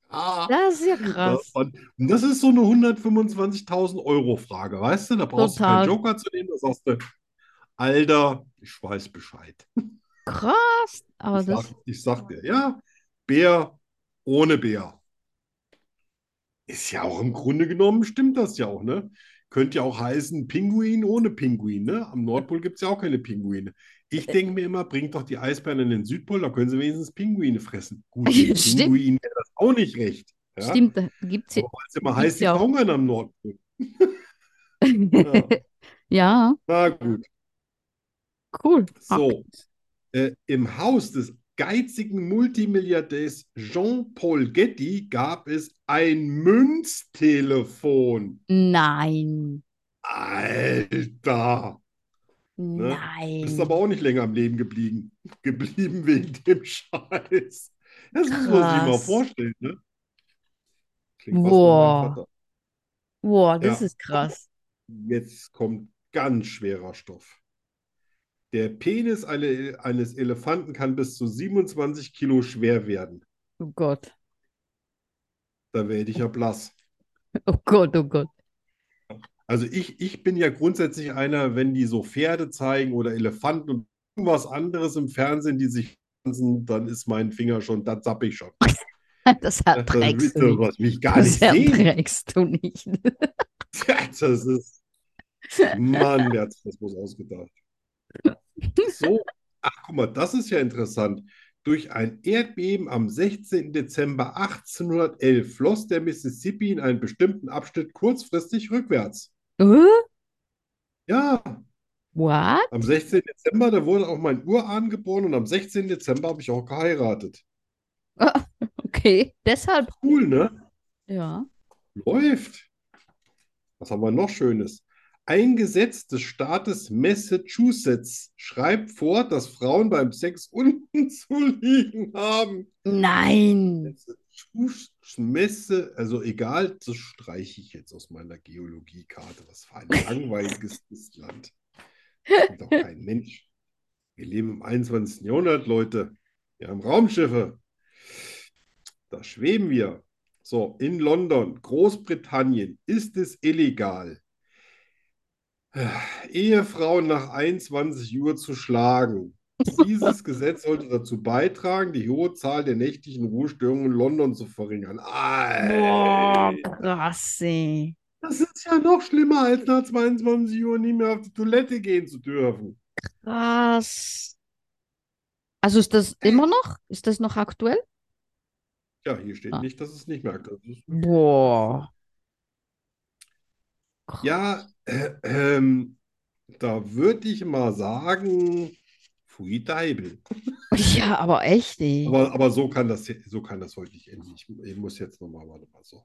B: Ah,
A: Das ist ja
B: das,
A: krass.
B: war- Äh, und das ist so eine 125.000 Euro Frage, weißt du? Da brauchst du keinen
A: Total.
B: Joker zu nehmen, da sagst du, Alter, ich weiß Bescheid.
A: Krass. Aber
B: Ich
A: das.
B: sag, ich sag dir, ja, Bär ohne Bär. Ist ja auch im Grunde genommen, stimmt das ja auch, ne? Könnte ja auch heißen, Pinguin ohne Pinguin, ne? Am Nordpol gibt es ja auch keine Pinguine. Ich
A: Äh.
B: denke mir immer, bringt doch die Eisbären in den Südpol, da können sie wenigstens Pinguine fressen. Gut, den
A: Stimmt.
B: Pinguinen wäre das auch nicht recht. Ja?
A: Stimmt, da gibt's
B: Aber weil es immer heißt, die
A: ja auch.
B: verhungern am Nordpol.
A: ja.
B: Ja.
A: ja,
B: Na gut.
A: cool.
B: So, äh, im Haus des geizigen Multimilliardärs Jean-Paul Getty gab es ein Münztelefon.
A: Nein.
B: Alter, bist
A: Nein.
B: aber auch nicht länger am Leben geblieben, geblieben wegen dem Scheiß. Das muss man sich mal
A: Krass.
B: vorstellen, ne? Klingt fast
A: Boah.
B: nach meinem Vater.
A: Boah, das
B: Ja.
A: ist krass.
B: Jetzt kommt ganz schwerer Stoff. Der Penis eine, eines Elefanten kann bis zu 27 Kilo schwer werden.
A: Oh Gott.
B: Da werde ich ja blass.
A: Oh Gott, oh Gott.
B: Also ich, ich bin ja grundsätzlich einer, wenn die so Pferde zeigen oder Elefanten und irgendwas anderes im Fernsehen, die sich tanzen, dann ist mein Finger schon, das sapp ich schon.
A: Das
B: Das ist
A: erträgst du nicht.
B: was will ich gar
A: Das
B: nicht sehen.
A: erträgst du nicht.
B: Das Also, ist, Mann, wer hat sich das bloß ausgedacht? So, ach guck mal, das ist ja interessant. Durch ein Erdbeben am 16. Dezember 1811 floss der Mississippi in einem bestimmten Abschnitt kurzfristig rückwärts.
A: Äh?
B: Ja,
A: What?
B: Am 16. Dezember, da wurde auch mein Urahn geboren und am 16. Dezember habe ich auch geheiratet.
A: Okay, deshalb.
B: Cool, ne?
A: Ja.
B: Läuft. Was haben wir noch Schönes? Ein Gesetz des Staates Massachusetts schreibt vor, dass Frauen beim Sex unten zu liegen haben.
A: Nein.
B: Massachusetts- Messe, also egal, das streiche ich jetzt aus meiner Geologiekarte. Was für ein langweiliges das Land. Das ist doch kein Mensch. Wir leben im 21. Jahrhundert, Leute. Wir haben Raumschiffe. Da schweben wir. So, in London, Großbritannien, ist es illegal, äh, Ehefrauen nach 21 Uhr zu schlagen. Dieses Gesetz sollte dazu beitragen, die hohe Zahl der nächtlichen Ruhestörungen in London zu verringern.
A: Boah,
B: Ei,
A: krass. ey.
B: Das ist ja noch schlimmer, als nach 22 Uhr nicht mehr auf die Toilette gehen zu dürfen.
A: Krass. Also ist das immer noch? Ist das noch aktuell?
B: Ja, hier steht
A: Ah.
B: nicht, dass es nicht mehr aktuell ist.
A: Boah.
B: Ja, äh, ähm, da würde ich mal sagen, Fui Deibel.
A: Ja, aber echt, ey.
B: Aber, aber so kann das, so kann das heute nicht enden. Ich, ich muss jetzt nochmal, warte mal so.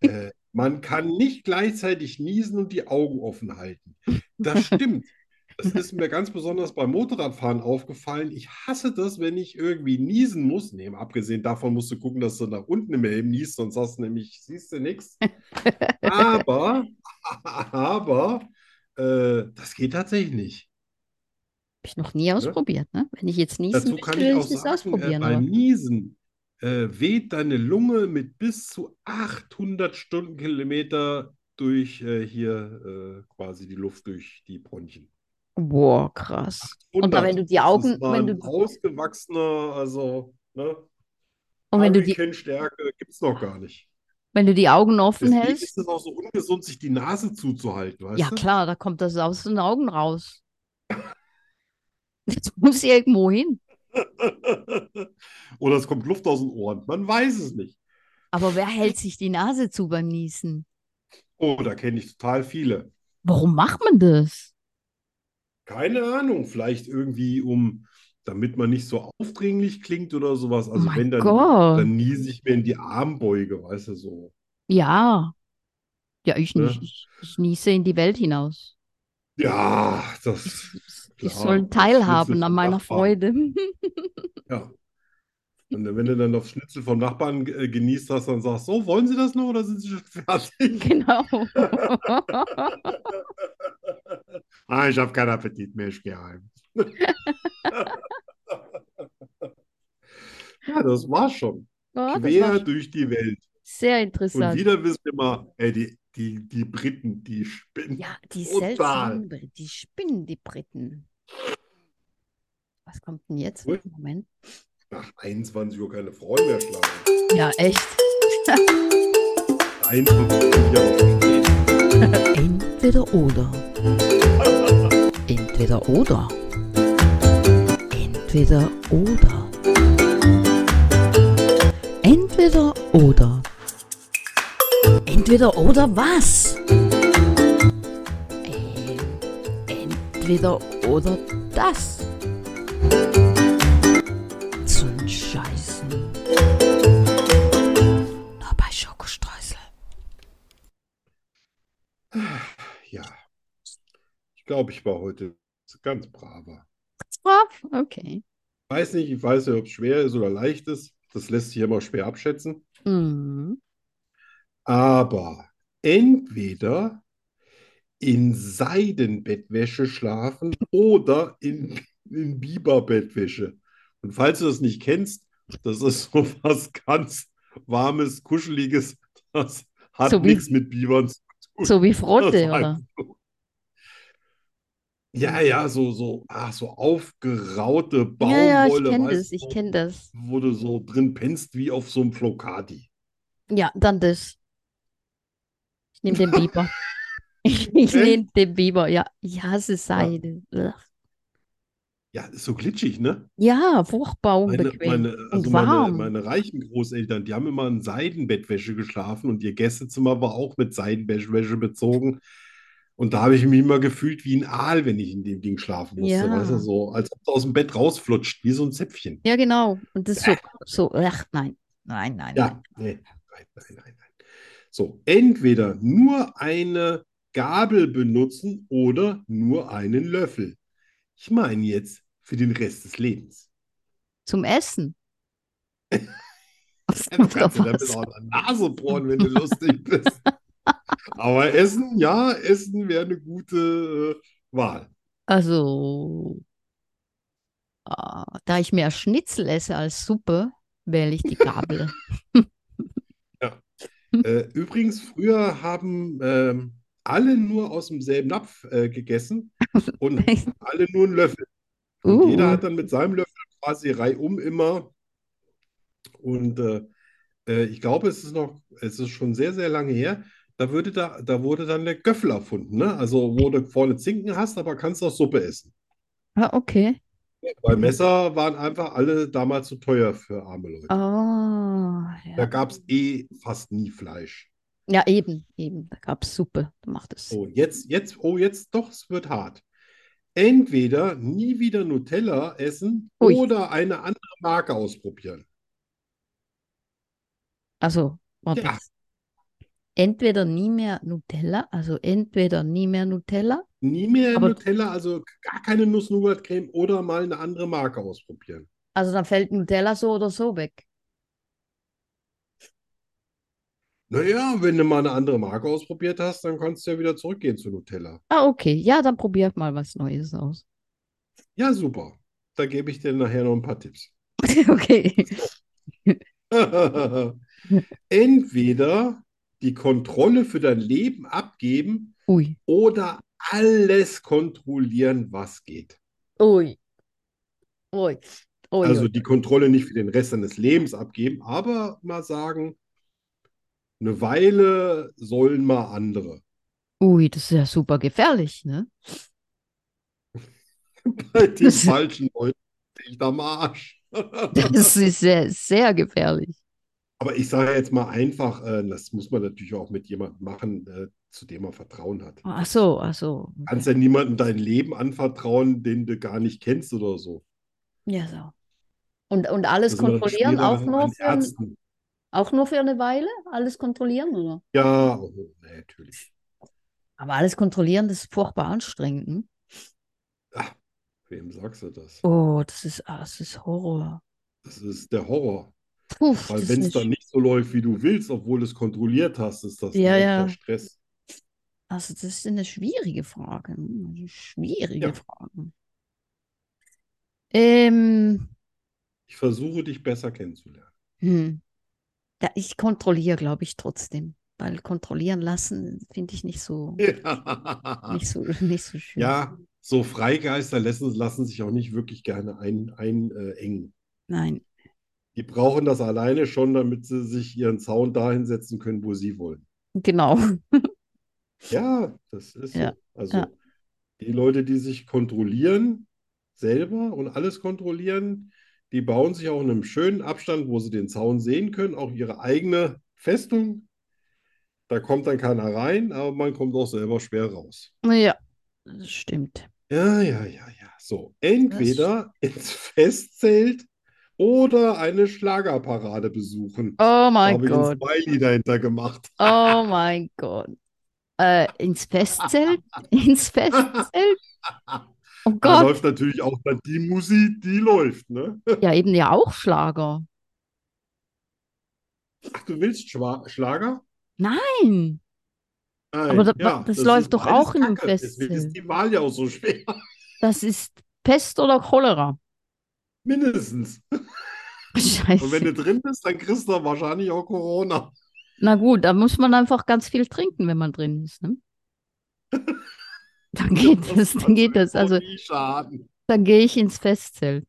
B: Äh, man kann nicht gleichzeitig niesen und die Augen offen halten. Das stimmt. Das ist mir ganz besonders beim Motorradfahren aufgefallen. Ich hasse das, wenn ich irgendwie niesen muss. Nee, mal abgesehen davon musst du gucken, dass du nach unten im Helm niest, sonst hast du nämlich, siehst du nichts. Aber, aber, äh, das geht tatsächlich nicht.
A: Hab ich noch nie ausprobiert, ne? Wenn ich jetzt niesen
B: Dazu
A: will,
B: kann
A: will
B: ich auch
A: das
B: sagen, äh,
A: ausprobieren,
B: beim
A: aber
B: Niesen äh, weht deine Lunge mit bis zu 800 Stundenkilometer durch äh, hier äh, quasi die Luft durch die Bronchien.
A: boah, krass. Und da, wenn du die
B: Das
A: Augen,
B: ist mal
A: wenn
B: ein
A: du,
B: ausgewachsener, also ne,
A: und wenn du die,
B: Hurricane-Stärke gibt es noch gar nicht.
A: wenn du die Augen offen
B: Deswegen
A: hältst,
B: ist es auch so ungesund, sich die Nase zuzuhalten, weißt
A: ja
B: du?
A: klar, da kommt das aus den Augen raus. Jetzt muss ich irgendwo hin.
B: Oder es kommt Luft aus den Ohren. Man weiß es nicht.
A: Aber wer hält sich die Nase zu beim Niesen?
B: Oh, da kenne ich total viele.
A: Warum macht man das?
B: Keine Ahnung, vielleicht irgendwie um, damit man nicht so aufdringlich klingt oder sowas. Also
A: mein
B: wenn, dann,
A: Gott.
B: dann niese ich mir in die Armbeuge, weißt du, so.
A: Ja. Ja, ich
B: Ne?
A: nicht. Ich, ich niese in die Welt hinaus.
B: Ja,
A: Ich,
B: das,
A: ich
B: Klar,
A: soll
B: das
A: teilhaben
B: Schnitzel
A: an
B: vom
A: meiner
B: Nachbarn.
A: Freude.
B: ja. Und wenn du dann auf Schnitzel vom Nachbarn äh, genießt hast, dann sagst du, so, wollen Sie das noch oder sind Sie schon fertig?
A: Genau.
B: Ah, ich habe keinen Appetit mehr, ich gehe heim. Ja, das war's schon.
A: Ja, das
B: Quer
A: war
B: durch die Welt.
A: sehr
B: Und
A: interessant.
B: wieder wissen wir mal, ey, die, die, die Briten, die spinnen.
A: Ja, die
B: Total.
A: seltsamen, Br- die spinnen, die Briten. Was kommt denn jetzt?
B: Ui.
A: Moment.
B: Nach 21 Uhr keine Frau mehr schlagen.
A: Ja, echt.
B: Einfach ja,
C: Entweder oder. Entweder oder. Entweder oder. Entweder oder. Entweder oder was? Ähm, Entweder oder das. Zum Scheißen. Nur bei Schokostreusel.
B: ja. Ich glaube, ich war heute ganz braver.
A: Brav, okay.
B: Weiß nicht, ich weiß nicht, ob es schwer ist oder leicht ist. Das lässt sich immer schwer abschätzen.
A: Mhm.
B: Aber entweder in Seidenbettwäsche schlafen oder in, in Biberbettwäsche. Und falls du das nicht kennst, das ist so was ganz Warmes, Kuscheliges. Das hat
A: So wie-
B: nichts mit Bibern zu tun.
A: So wie
B: Das
A: Frotte,
B: ist
A: oder?
B: einfach so. Ja, ja, so, so, ach, so aufgeraute
A: Ja, ja, ich
B: Baumwolle,
A: kenne
B: weißt
A: das, ich
B: du,
A: kenne das.
B: wo du so drin pennst wie auf so einem Flocati.
A: Ja, dann das. Ich nehme den Biber. Ich, ich
B: Echt?
A: nehme den Biber, ja. Ich hasse Seide. Ugh.
B: Ja, ist so glitschig, ne?
A: Ja, furchtbar
B: Meine,
A: unbequem.
B: meine, also
A: und
B: meine,
A: warm.
B: meine reichen Großeltern, die haben immer in Seidenbettwäsche geschlafen und ihr Gästezimmer war auch mit Seidenbettwäsche bezogen. Und da habe ich mich immer gefühlt wie ein Aal, wenn ich in dem Ding schlafen musste.
A: Ja.
B: Weißt du, so, als ob du aus dem Bett rausflutscht, wie so ein Zäpfchen.
A: Ja, genau. Und das so, so, ach, nein. Nein, nein,
B: Äh. Ja, nee, nein, nein, nein, nein. So, entweder nur eine Gabel benutzen oder nur einen Löffel. Ich meine jetzt für den Rest des Lebens.
A: Zum Essen. Das
B: Ja, du
A: kommt
B: kannst dir
A: doch
B: damit
A: was.
B: auch an der Nase bohren, wenn du lustig bist. Aber Essen, ja, Essen wäre eine gute äh, Wahl.
A: Also, ah, da ich mehr Schnitzel esse als Suppe, wähle ich die Gabel.
B: Äh, übrigens, früher haben ähm, alle nur aus demselben Napf äh, gegessen und alle nur einen Löffel. Und
A: Uh.
B: jeder hat dann mit seinem Löffel quasi reihum immer. Und äh, äh, ich glaube, es ist noch, es ist schon sehr, sehr lange her. da würde da, da wurde dann der Göffel erfunden, ne? Also wo du vorne Zinken hast, aber kannst auch Suppe essen.
A: Ah, okay.
B: Weil Messer waren einfach alle damals zu teuer für arme Leute.
A: Oh, Ah, ja.
B: Da gab es eh fast nie Fleisch.
A: Ja, eben, eben. Da gab es Suppe. Da macht es.
B: So, jetzt, jetzt, oh, jetzt doch, es wird hart. Entweder nie wieder Nutella essen
A: Ui.
B: oder eine andere Marke ausprobieren.
A: Also, warte.
B: Ja.
A: Entweder nie mehr Nutella, also entweder nie mehr Nutella.
B: Nie mehr
A: Aber-
B: Nutella, also gar keine Nuss-Nougat-Creme oder mal eine andere Marke ausprobieren.
A: Also dann fällt Nutella so oder so weg.
B: Naja, wenn du mal eine andere Marke ausprobiert hast, dann kannst du ja wieder zurückgehen zu Nutella.
A: Ah, okay. Ja, dann probier ich mal was Neues aus.
B: Ja, super. Da gebe ich dir nachher noch ein paar Tipps.
A: Okay.
B: Entweder die Kontrolle für dein Leben abgeben
A: Ui.
B: oder alles kontrollieren, was geht.
A: Ui. Ui. Ui.
B: Also
A: ui.
B: die Kontrolle nicht für den Rest deines Lebens abgeben, aber mal sagen, eine Weile sollen mal andere.
A: Ui, das ist ja super gefährlich, ne?
B: Bei den falschen Leuten bin ich am Arsch.
A: Das ist sehr, sehr gefährlich.
B: Aber ich sage jetzt mal einfach, äh, das muss man natürlich auch mit jemandem machen, äh, zu dem man Vertrauen hat.
A: Ach so, ach so.
B: Du kannst ja niemandem dein Leben anvertrauen, den du gar nicht kennst oder so.
A: Ja, so. Und, und alles
B: Das ist immer das
A: kontrollieren,
B: Schwierige
A: auch ähm, nur
B: an
A: für, ein-
B: Ärzten.
A: auch nur für eine Weile? Alles kontrollieren, oder?
B: Ja, oh, nee, natürlich.
A: Aber alles kontrollieren, das ist furchtbar anstrengend. Ne?
B: Wem sagst du das?
A: Oh, das ist, ah, das ist Horror.
B: Das ist der Horror.
A: Puh,
B: Weil
A: das
B: wenn
A: ist
B: es dann
A: nicht,
B: nicht so läuft, wie du willst, obwohl du es kontrolliert hast, ist das ein
A: Ja,
B: echter
A: ja.
B: Stress.
A: also das ist eine schwierige Frage. ne? Eine schwierige
B: Ja.
A: Frage. Ähm,
B: Ich versuche, dich besser kennenzulernen.
A: hm. Ja, ich kontrolliere, glaube ich, trotzdem. Weil kontrollieren lassen finde ich nicht so,
B: Ja.
A: nicht so, nicht so schön.
B: Ja, so Freigeister lassen, lassen sich auch nicht wirklich gerne einengen. Ein, äh, engen.
A: Nein.
B: die brauchen das alleine schon, damit sie sich ihren Zaun dahin setzen können, wo sie wollen.
A: Genau.
B: Ja, das ist so.
A: Ja,
B: Also
A: ja.
B: die Leute, die sich kontrollieren selber und alles kontrollieren, die bauen sich auch in einem schönen Abstand, wo sie den Zaun sehen können, auch ihre eigene Festung. Da kommt dann keiner rein, aber man kommt auch selber schwer raus.
A: Ja, das stimmt.
B: Ja, ja, ja, ja. So, entweder ins Festzelt oder eine Schlagerparade besuchen.
A: Oh
B: Da
A: mein
B: habe ich ein
A: Gott.
B: Smiley dahinter gemacht.
A: Oh mein Gott. Äh, ins Festzelt? Ins Festzelt? Oh
B: Da
A: Gott.
B: läuft natürlich auch dann die Musik, die läuft, ne?
A: Ja, eben ja auch Schlager.
B: Ach, du willst Schwa Schlager?
A: Nein.
B: Nein,
A: Aber da-
B: ja,
A: das läuft
B: ist
A: doch
B: beides
A: auch in einem
B: Kacke. Deswegen ist
A: Festzelt.
B: die Wahl ja auch so schwer.
A: Das ist Pest oder Cholera.
B: Mindestens. Und wenn
A: Scheiße.
B: du drin bist, dann kriegst du wahrscheinlich auch Corona.
A: Na gut, da muss man einfach ganz viel trinken, wenn man drin ist, ne? Dann geht das, dann
B: kann
A: geht das.
B: sowieso
A: Also,
B: nie schaden.
A: dann gehe ich ins Festzelt.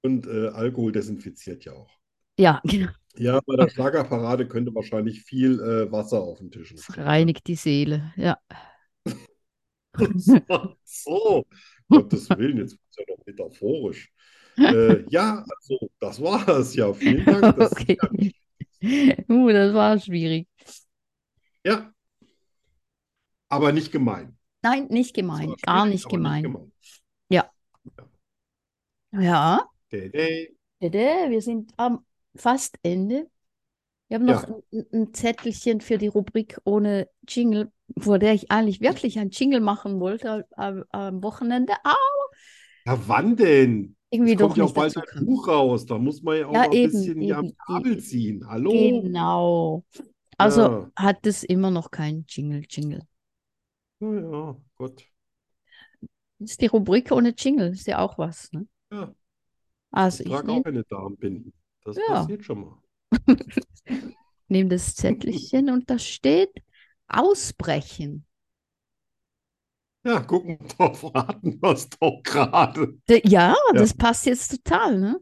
B: Und äh, Alkohol desinfiziert ja auch.
A: Ja, genau.
B: Ja, bei der Schlagerparade könnte wahrscheinlich viel äh, Wasser auf den Tisch
A: Das reinigt die Seele. Ja.
B: So, Gottes Willen, jetzt wird es ja noch metaphorisch. Äh, ja, also, das war es ja. Vielen Dank. Das,
A: Okay. Uh, das war schwierig.
B: Ja, aber nicht gemein.
A: Nein, nicht
B: Das
A: gemein.
B: war
A: Gar
B: schwierig,
A: nicht
B: aber nicht
A: gemein. Ja,
B: Dä, dä.
A: bitte. Wir sind am fast Ende. Wir haben noch ein, ein Zettelchen für die Rubrik ohne Jingle, vor der ich eigentlich wirklich einen Jingle machen wollte am, am Wochenende. Ah,
B: Ja, wann denn?
A: irgendwie
B: Es kommt
A: doch
B: ja auch
A: nicht
B: bald
A: dazu
B: ein
A: kam.
B: Buch raus. Da muss man ja auch
A: Ja,
B: mal ein
A: eben,
B: bisschen hier am
A: eben,
B: Kabel
A: eben.
B: ziehen. Hallo?
A: Genau. Also
B: Ja,
A: hat es immer noch keinen Jingle, Jingle.
B: ja, ja, Gott.
A: Ist die Rubrik ohne Jingle, ist ja auch was, ne?
B: Ja.
A: Also
B: Ich
A: ich
B: trage
A: nehm-
B: auch keine Darmbinden. Das
A: Ja.
B: passiert schon mal.
A: nehme das Zettelchen und da steht ausbrechen.
B: Ja, gucken wir doch, warten wir es doch gerade.
A: D- Ja,
B: Ja.
A: das passt jetzt total, ne?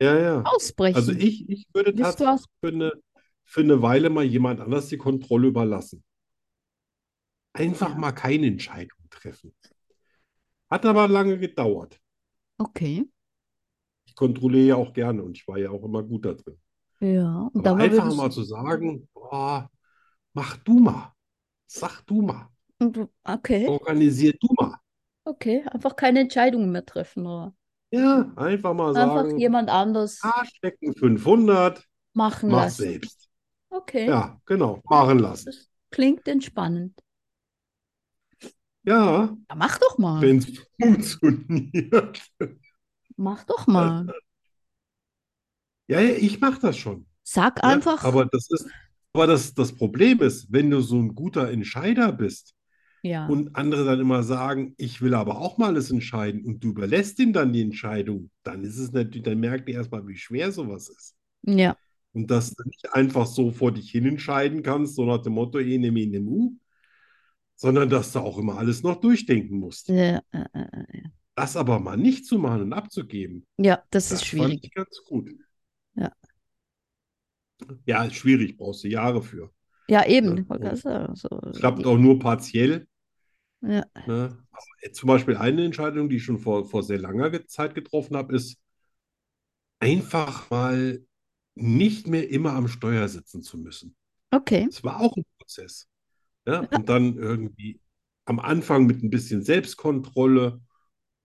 B: Ja, ja.
A: Ausbrechen.
B: Also ich, ich würde
A: Bist du
B: tatsächlich
A: aus
B: für eine, für eine Weile mal jemand anders die Kontrolle überlassen. Einfach mal keine Entscheidung treffen. Hat aber lange gedauert.
A: Okay.
B: Ich kontrolliere ja auch gerne und ich war ja auch immer gut da drin.
A: Ja. Und
B: Aber
A: dabei
B: einfach
A: würdest
B: mal zu sagen, boah, mach du mal, sag du mal,
A: und du-
B: Oh.
A: Okay,
B: organisier du mal.
A: okay. Einfach keine Entscheidungen mehr treffen, oder?
B: Ja, einfach mal
A: Einfach
B: sagen,
A: jemand anders
B: ah, stecken 500,
A: machen
B: mach
A: lassen.
B: selbst.
A: Okay.
B: Ja, genau, machen lassen.
A: Das klingt entspannend.
B: Ja,
A: Ja, mach doch mal.
B: wenn es funktioniert.
A: Mach doch
B: Äh,
A: mal.
B: Ja, ja, ich mache das schon.
A: Sag
B: Ja,
A: einfach,
B: aber das ist, aber das, das Problem ist, wenn du so ein guter Entscheider bist
A: ja.
B: und andere dann immer sagen, ich will aber auch mal es entscheiden und du überlässt ihm dann die Entscheidung, dann ist es natürlich, dann merkt ihr erstmal, wie schwer sowas ist.
A: Ja,
B: Und dass du nicht einfach so vor dich hin entscheiden kannst, so nach dem Motto, eh, nimm ihn, nimm u, sondern dass du auch immer alles noch durchdenken musst.
A: äh, äh, äh, äh.
B: Das aber mal nicht zu machen und abzugeben,
A: ja, das ist
B: das fand
A: schwierig.
B: ich ganz gut.
A: Ja.
B: Ja, ist schwierig, brauchst du Jahre für.
A: Ja, eben.
B: Ja, oh.
A: ich wollte gerade sagen, so,
B: klappt
A: die-
B: auch nur partiell.
A: Ja.
B: Ne? Aber jetzt zum Beispiel eine Entscheidung, die ich schon vor, vor sehr langer Ge- Zeit getroffen habe, ist einfach mal nicht mehr immer am Steuer sitzen zu müssen.
A: Okay,
B: Es war auch ein Prozess. Ja? Und dann irgendwie am Anfang mit ein bisschen Selbstkontrolle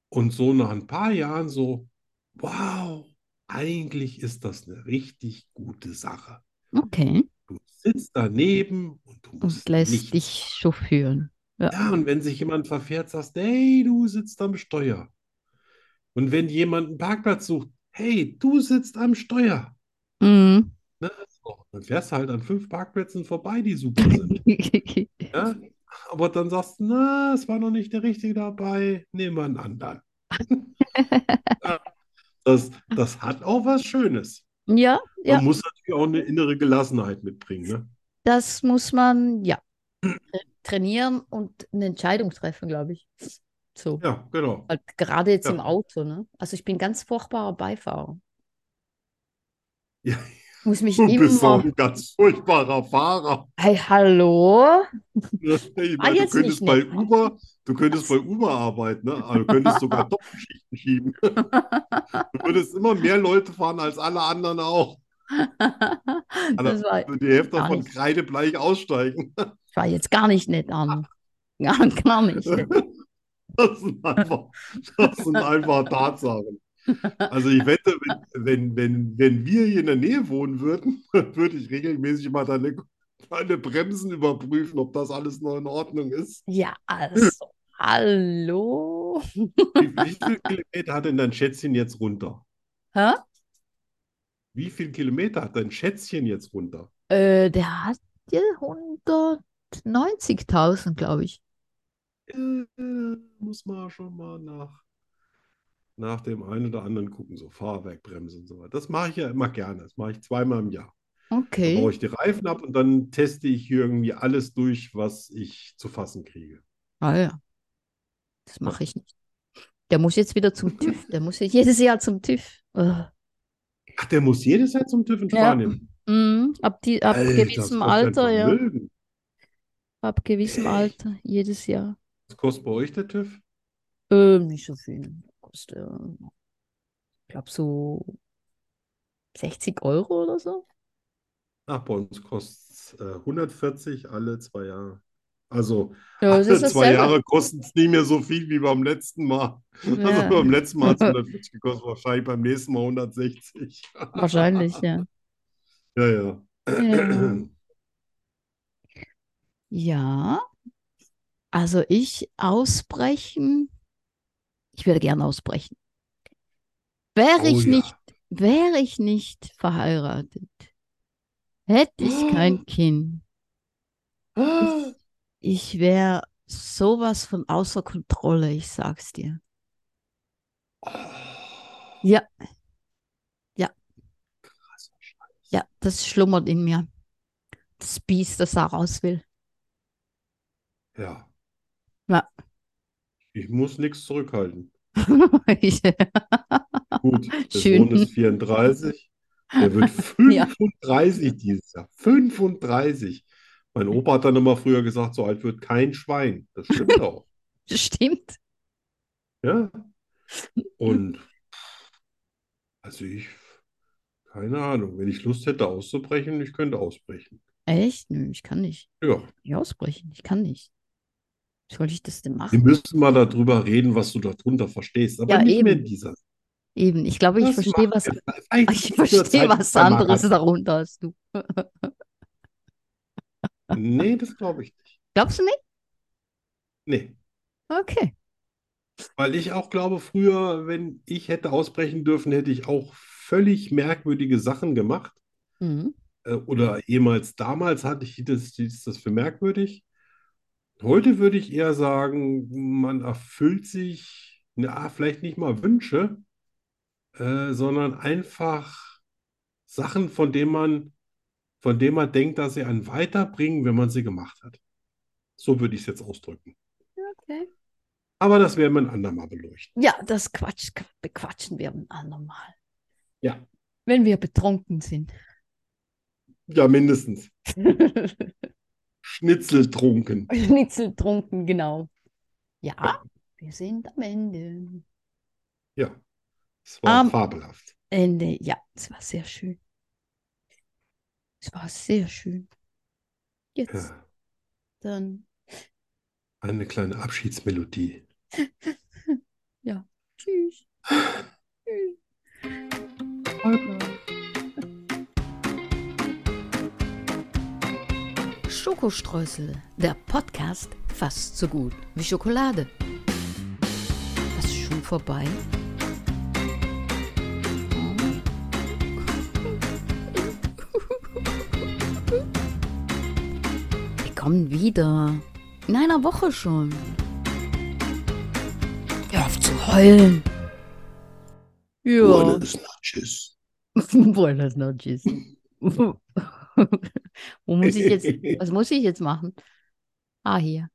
B: und so nach ein paar Jahren so, wow, eigentlich ist das eine richtig gute Sache.
A: okay.
B: Du sitzt daneben und du musst
A: Und lässt
B: nichts
A: dich chauffieren.
B: ja, und wenn sich jemand verfährt, sagst, hey, du sitzt am Steuer. Und wenn jemand einen Parkplatz sucht, hey, du sitzt am Steuer.
A: Mhm.
B: Ne? So, dann fährst du halt an fünf Parkplätzen vorbei, die super sind. Ja? Aber dann sagst du, na, es war noch nicht der Richtige dabei, nehmen wir einen anderen. Ja, das, das hat auch was Schönes.
A: Ja,
B: Man
A: ja,
B: muss natürlich auch eine innere Gelassenheit mitbringen. Ne?
A: das muss man, ja, tra- trainieren und eine Entscheidung treffen, glaube ich. So,
B: Ja, genau.
A: halt gerade jetzt
B: Ja.
A: im Auto, ne? Also ich bin ganz furchtbarer Beifahrer.
B: Ja,
A: Muss mich
B: du bist auch
A: immer.
B: ein ganz furchtbarer Fahrer.
A: Hey, hallo?
B: Ja, Ich
A: Ah,
B: meine, du
A: jetzt nicht,
B: könntest
A: ne?
B: bei Uber, du könntest bei Uber arbeiten, ne? Aber du könntest sogar Doppelschichten schieben. Du würdest immer mehr Leute fahren als alle anderen auch.
A: Das war,
B: Also die Hälfte
A: Gar
B: davon
A: nicht.
B: kreidebleich aussteigen.
A: war jetzt gar nicht nett, Arno. Gar, gar nicht nett.
B: Das sind einfach, das sind einfach Tatsachen. Also ich wette, wenn, wenn, wenn, wenn wir hier in der Nähe wohnen würden, würde ich regelmäßig mal deine, deine Bremsen überprüfen, ob das alles noch in Ordnung ist.
A: Ja, also, hallo?
B: Wie, wie viele Kilometer hat denn dein Schätzchen jetzt runter?
A: Hä?
B: Wie viel Kilometer hat dein Schätzchen jetzt runter?
A: Äh, der hat ja 190.000, glaube ich.
B: Äh, muss man schon mal nach, nach dem einen oder anderen gucken, so Fahrwerkbremse und so weiter. Das mache ich ja immer gerne. Das mache ich zweimal im Jahr. Dann
A: Okay.
B: baue ich die Reifen ab und dann teste ich hier irgendwie alles durch, was ich zu fassen kriege.
A: Ah ja. Das mache ich nicht. Der muss jetzt wieder zum TÜV. Der muss ja jedes Jahr zum TÜV. Ugh.
B: Ach, der muss jedes Jahr zum TÜV in
A: Ja.
B: Spanien.
A: Mhm. Ab, die, ab
B: Alter,
A: gewissem
B: was für ein
A: Alter, ja.
B: Vermögen.
A: Ab gewissem
B: Echt?
A: Alter, jedes Jahr.
B: Was kostet bei euch der TÜV?
A: Ähm, nicht so viel. Kostet, ähm, ich glaube, so 60 Euro oder so.
B: Ach, bei uns kostet es äh, 140 alle zwei Jahre. Also.
A: Ja, das
B: Alle
A: ist
B: zwei
A: dasselbe.
B: Jahre kosten es nicht mehr so viel wie beim letzten Mal.
A: Ja.
B: Also beim letzten Mal hat es 140 gekostet, wahrscheinlich beim nächsten Mal 160.
A: Wahrscheinlich, ja.
B: Ja, Oh ja.
A: Ja. Ja, also ich ausbrechen, ich würde gerne ausbrechen. Wäre
B: Oh
A: ich
B: ja.
A: nicht, wäre ich nicht verheiratet, hätte ich kein Kind, ich wäre sowas von außer Kontrolle, ich sag's dir. Ja. Ja. Ja, das schlummert in mir. Das Biest, das da raus will.
B: Ja.
A: Ja.
B: Ich muss nichts zurückhalten.
A: Ich-
B: Gut, der
A: Schön.
B: Sohn ist 34, Der wird
A: Ja.
B: 35 dieses Jahr. 35. Mein Opa hat dann immer früher gesagt, so alt wird kein Schwein. Das stimmt auch.
A: Stimmt.
B: Ja. Und also ich, keine Ahnung, wenn ich Lust hätte auszubrechen, ich könnte ausbrechen.
A: Echt? Nö, ich kann nicht.
B: Ja,
A: Ich ausbrechen. Ich kann nicht. Wie soll ich das denn
B: wir
A: machen?
B: müssen mal darüber reden, was du darunter verstehst, aber
A: Ja,
B: nicht mehr
A: eben.
B: in dieser.
A: Eben. Ich glaube, ich
B: Das
A: verstehe was.
B: macht jetzt einfach
A: Ich
B: nur
A: verstehe
B: Zeit
A: was
B: beim
A: anderes darunter als du.
B: Marathon. Nee, das glaube ich nicht.
A: Glaubst du nicht?
B: Nee.
A: Okay.
B: Weil ich auch glaube, früher, wenn ich hätte ausbrechen dürfen, hätte ich auch völlig merkwürdige Sachen gemacht.
A: Mhm.
B: Äh, Oder jemals damals hatte ich das, das, das für merkwürdig. Heute würde ich eher sagen, man erfüllt sich, na, vielleicht nicht mal Wünsche, äh, sondern einfach Sachen, von denen man, von denen man denkt, dass sie einen weiterbringen, wenn man sie gemacht hat. So würde ich es jetzt ausdrücken.
A: Okay.
B: Aber das werden wir ein andermal beleuchten.
A: Ja, das Quatsch bequatschen wir ein andermal.
B: Ja.
A: Wenn wir betrunken sind.
B: Ja, mindestens. Schnitzeltrunken.
A: Schnitzeltrunken, genau. Ja, wir sind am Ende.
B: Ja, es war
A: Ähm,
B: fabelhaft.
A: Ende, ja, es war sehr schön. Es war sehr schön. Jetzt
B: Ja,
A: dann.
B: eine kleine Abschiedsmelodie.
A: Tschüss.
C: Schokostreusel, der Podcast fast so gut wie Schokolade. Was ist schon vorbei? Wir kommen wieder. In einer Woche schon. Hör auf zu heulen.
A: Ja.
B: Tschüss.
A: Buenas noches. Wo muss ich jetzt, was muss ich jetzt machen? Ah, hier.